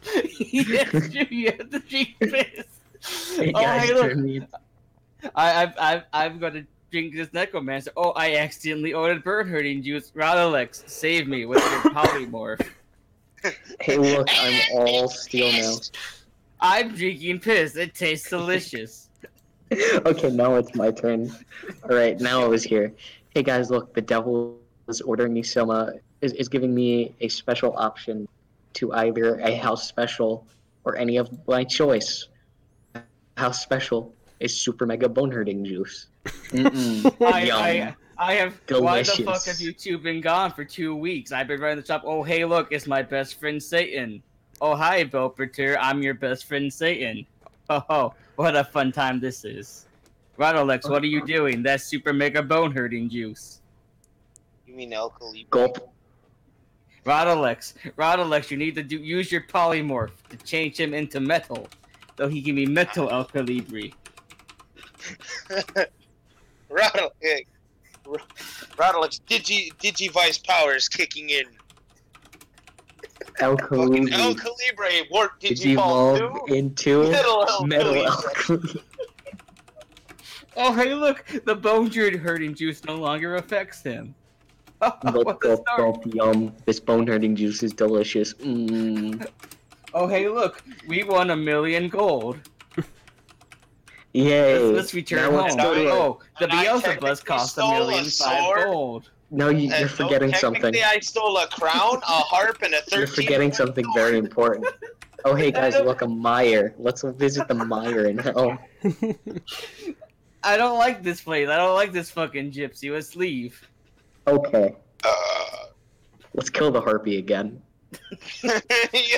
[laughs] yes, you have to drink this. Hey, oh, guys, hey, look, turn me- I, I've, I've, I've got to drink this necromancer. Oh, I accidentally ordered bird herding juice. Radalex, save me with [coughs] your polymorph. hey, look, [laughs] I'm all steel now. I'm drinking piss. It tastes delicious. [laughs] Okay, now it's my turn. All right, now I was here. Hey guys, look, the devil is ordering me some. Uh, is is giving me a special option to either a house special or any of my choice. House special is super mega bone hurting [laughs] juice. Mm-mm. I, Yum. I, I have. Why the fuck Delicious. have you two been gone for two weeks? I've been running the shop. Oh, hey, look, it's my best friend Satan. Oh, hi, Belpertur. I'm your best friend Satan. Oh, ho, what a fun time this is. Radalex, what are you doing? That's super mega bone hurting juice. You mean El Calibre? Gulp. Rodalex, Rodalex, you need to do, use your polymorph to change him into metal, so he can be metal El Calibri. Rattle, [laughs] eh, r- Rattle's digi digivice powers kicking in. El Fucking El Calibre Calibre warp is digiball evolved too. [laughs] into Metal El metal El Calibre. Calibre. Oh, hey, look, the bone druid hurting juice no longer affects him. [laughs] Oh, [laughs] Gulp, what a gulp, start. gulp, yum. This bone hurting juice is [laughs] delicious. Mm. Oh, hey, look, we won a million gold. Yay. Let's, let's return now home. Let's go to a- Oh, the And I Beelzebub's cost a technically stole million a five sword. gold. No, you, And you're no, forgetting something. Technically, I stole a crown, a harp, and a 13 You're forgetting something very [laughs] important. Oh, hey guys, look, a mire. Let's visit the mire in hell. I don't like this place. I don't like this fucking gypsy. Let's leave. Okay, Uh, [laughs] let's kill the harpy again. yeah,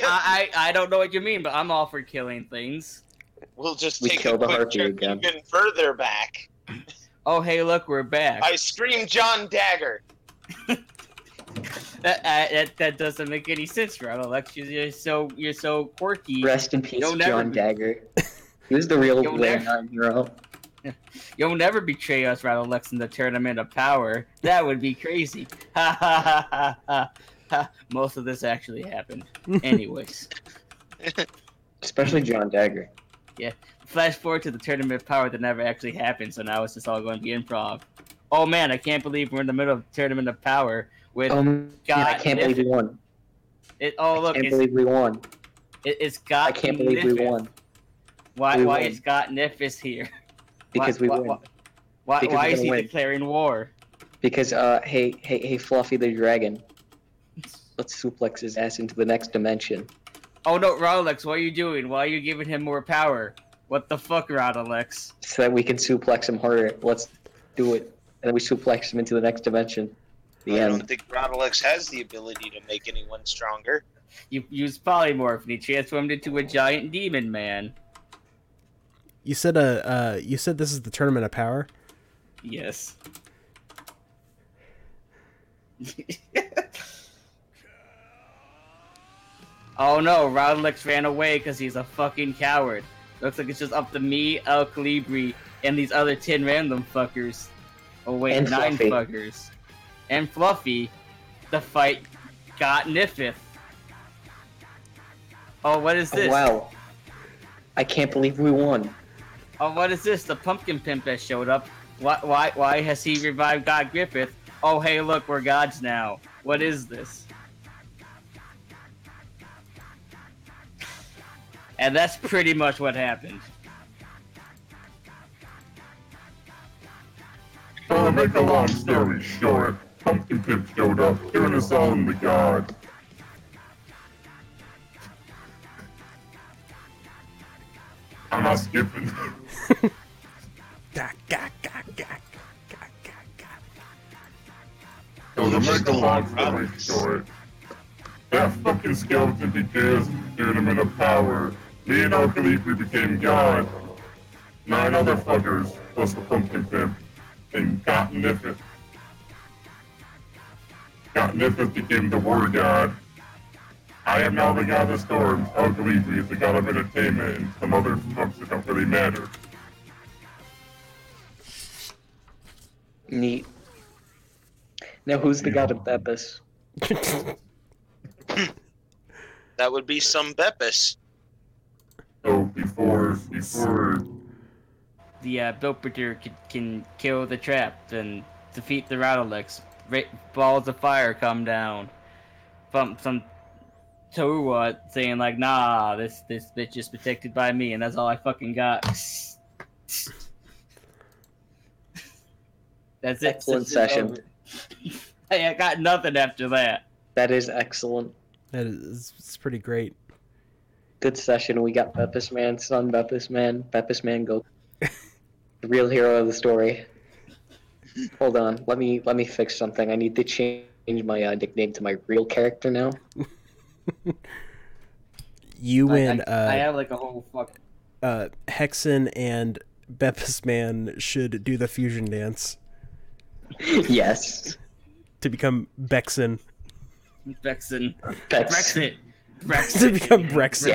I, I, I don't know what you mean, but I'm all for killing things. we'll just We take kill a the quick harpy trip again. even further back. Oh, hey, look, we're back. I scream John Dagger. That, uh, that that doesn't make any sense, Ron Alex. You're- You're so you're so quirky. Rest in peace, You'll never John be- [laughs] Dagger. He was the real You'll Blair never- Nine hero. You'll never betray us, Ron Alex, in the tournament of power. That would be crazy. [laughs] Ha ha ha ha ha. ha. Most of this actually [laughs] happened. Anyways, Especially John Dagger. flash forward to the tournament of power that never actually happened. So now it's just all going to be improv. Oh man, I can't believe we're in the middle of tournament of power with Oh man, I God, can't if- believe we won. it. Oh I look, can't it's, believe we won. it, it's got. I can't believe we Niffith. won. Why We why won. is Scott Niffis here? [laughs] Because why, we Why, won. why, Because why we're is gonna he win. declaring war? Because uh hey hey hey Fluffy the Dragon. Let's suplex his ass into the next dimension. Oh no, Rolex, what are you doing? Why are you giving him more power? What the fuck, Rolex? so that we can suplex him harder. Let's do it. And then we suplex him into the next dimension. The I end. don't think Rattlex has the ability to make anyone stronger. You used polymorph and he transformed into a giant demon man. [laughs] You said uh, uh you said this is the tournament of power. Yes. [laughs] oh no, Rolex ran away because he's a fucking coward. Looks like it's just up to me, El Calibri, and these other 10 random fuckers. Oh wait, And nine Fluffy. fuckers. And Fluffy to fight Got Niffith. Oh, what is Oh, this? wow. I can't believe we won. Oh, what is this? The pumpkin pimp has showed up. Why, why, why has he revived God Griffith? Oh, hey, look, we're gods now. What is this? And that's pretty much what happened. Well, to Uh, make a long story short, Pumpkin Pip showed up, doing us all in the god. I'm not skipping. [laughs] Gah, gah, gah, gah, gah, gah, gah. So to make a long story short, that fucking skeleton because threw him in a power. Me and Uncle Leafy became god. Nine other fuckers, plus the pumpkin pimp, and got Niffin. Got Niffin became the word god. I am now the god of storms. Uncle Leafy is the god of entertainment, and some other fucks that don't really matter. Neat. Now, who's the god of Bepis? That would be some Beppis. So before, before The uh, Bilpeter can, can kill the trap and defeat the Rattlex. Ra- balls of fire come down. From some Toruwa saying like, "Nah, this this bitch is protected by me, and that's all I fucking got." [laughs] that's it. Excellent Since it's session. over. hey, [laughs] I got nothing after that. That is excellent. That is it's pretty great. Good session. We got Bepis Man, son Bepis Man, Bepis Man go. the real hero of the story. Hold on. Let me let me fix something. I need to change my uh, nickname to my real character now. You I- and I, uh, I have like a whole fuck. uh, Hexen and Bepis Man should do the fusion dance yes. to become Bexen. [laughs] Brexit. That's Brexit. to Brexit. become Brexit.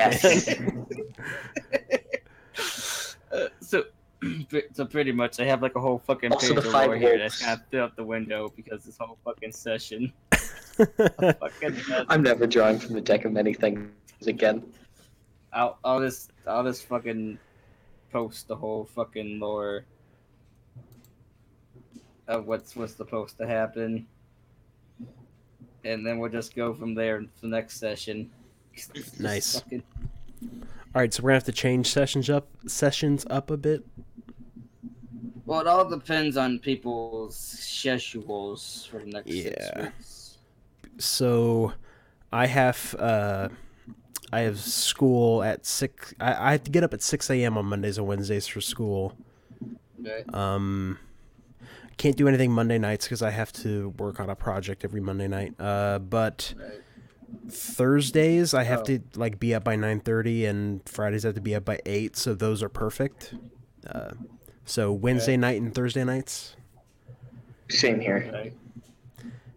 [laughs] Yes. Uh, [laughs] so, [clears throat] pre- so pretty much, I have like a whole fucking Also page the of five lore here that's wolves. kind of threw out the window because this whole fucking session. [laughs] Fucking mess. I'm never drawing from the deck of many things again. I'll, I'll just, I'll just fucking post the whole fucking lore of what's what's supposed to happen, and then we'll just go from there to the next session. [laughs] Nice. Fucking- All right, so we're gonna have to change sessions up sessions up a bit. Well, it all depends on people's schedules for the next six Yeah. weeks. So I have uh, I have school at six. I, I have to get up at six a.m. on Mondays and Wednesdays for school. Okay. Um, can't do anything Monday nights because I have to work on a project every Monday night. Uh, but Right. Thursdays I have Oh. to like be up by nine thirty, and Fridays I have to be up by eight. So those are perfect. Uh, so Wednesday night and Thursday nights. Same here. Right.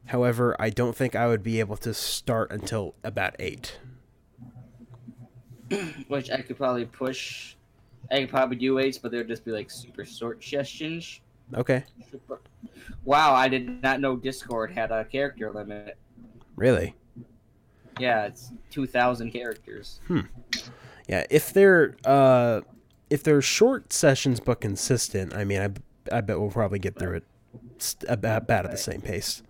However, I don't think I would be able to start until about eight. Which I could probably push. I could probably do eights, but they'll just be like super short sessions. Okay, Super- Wow, I did not know Discord had a character limit. really? Yeah, it's two thousand characters. Yeah, if they're uh, if they're short sessions but consistent, I mean, I, I bet we'll probably get through it st- about, about at the same pace.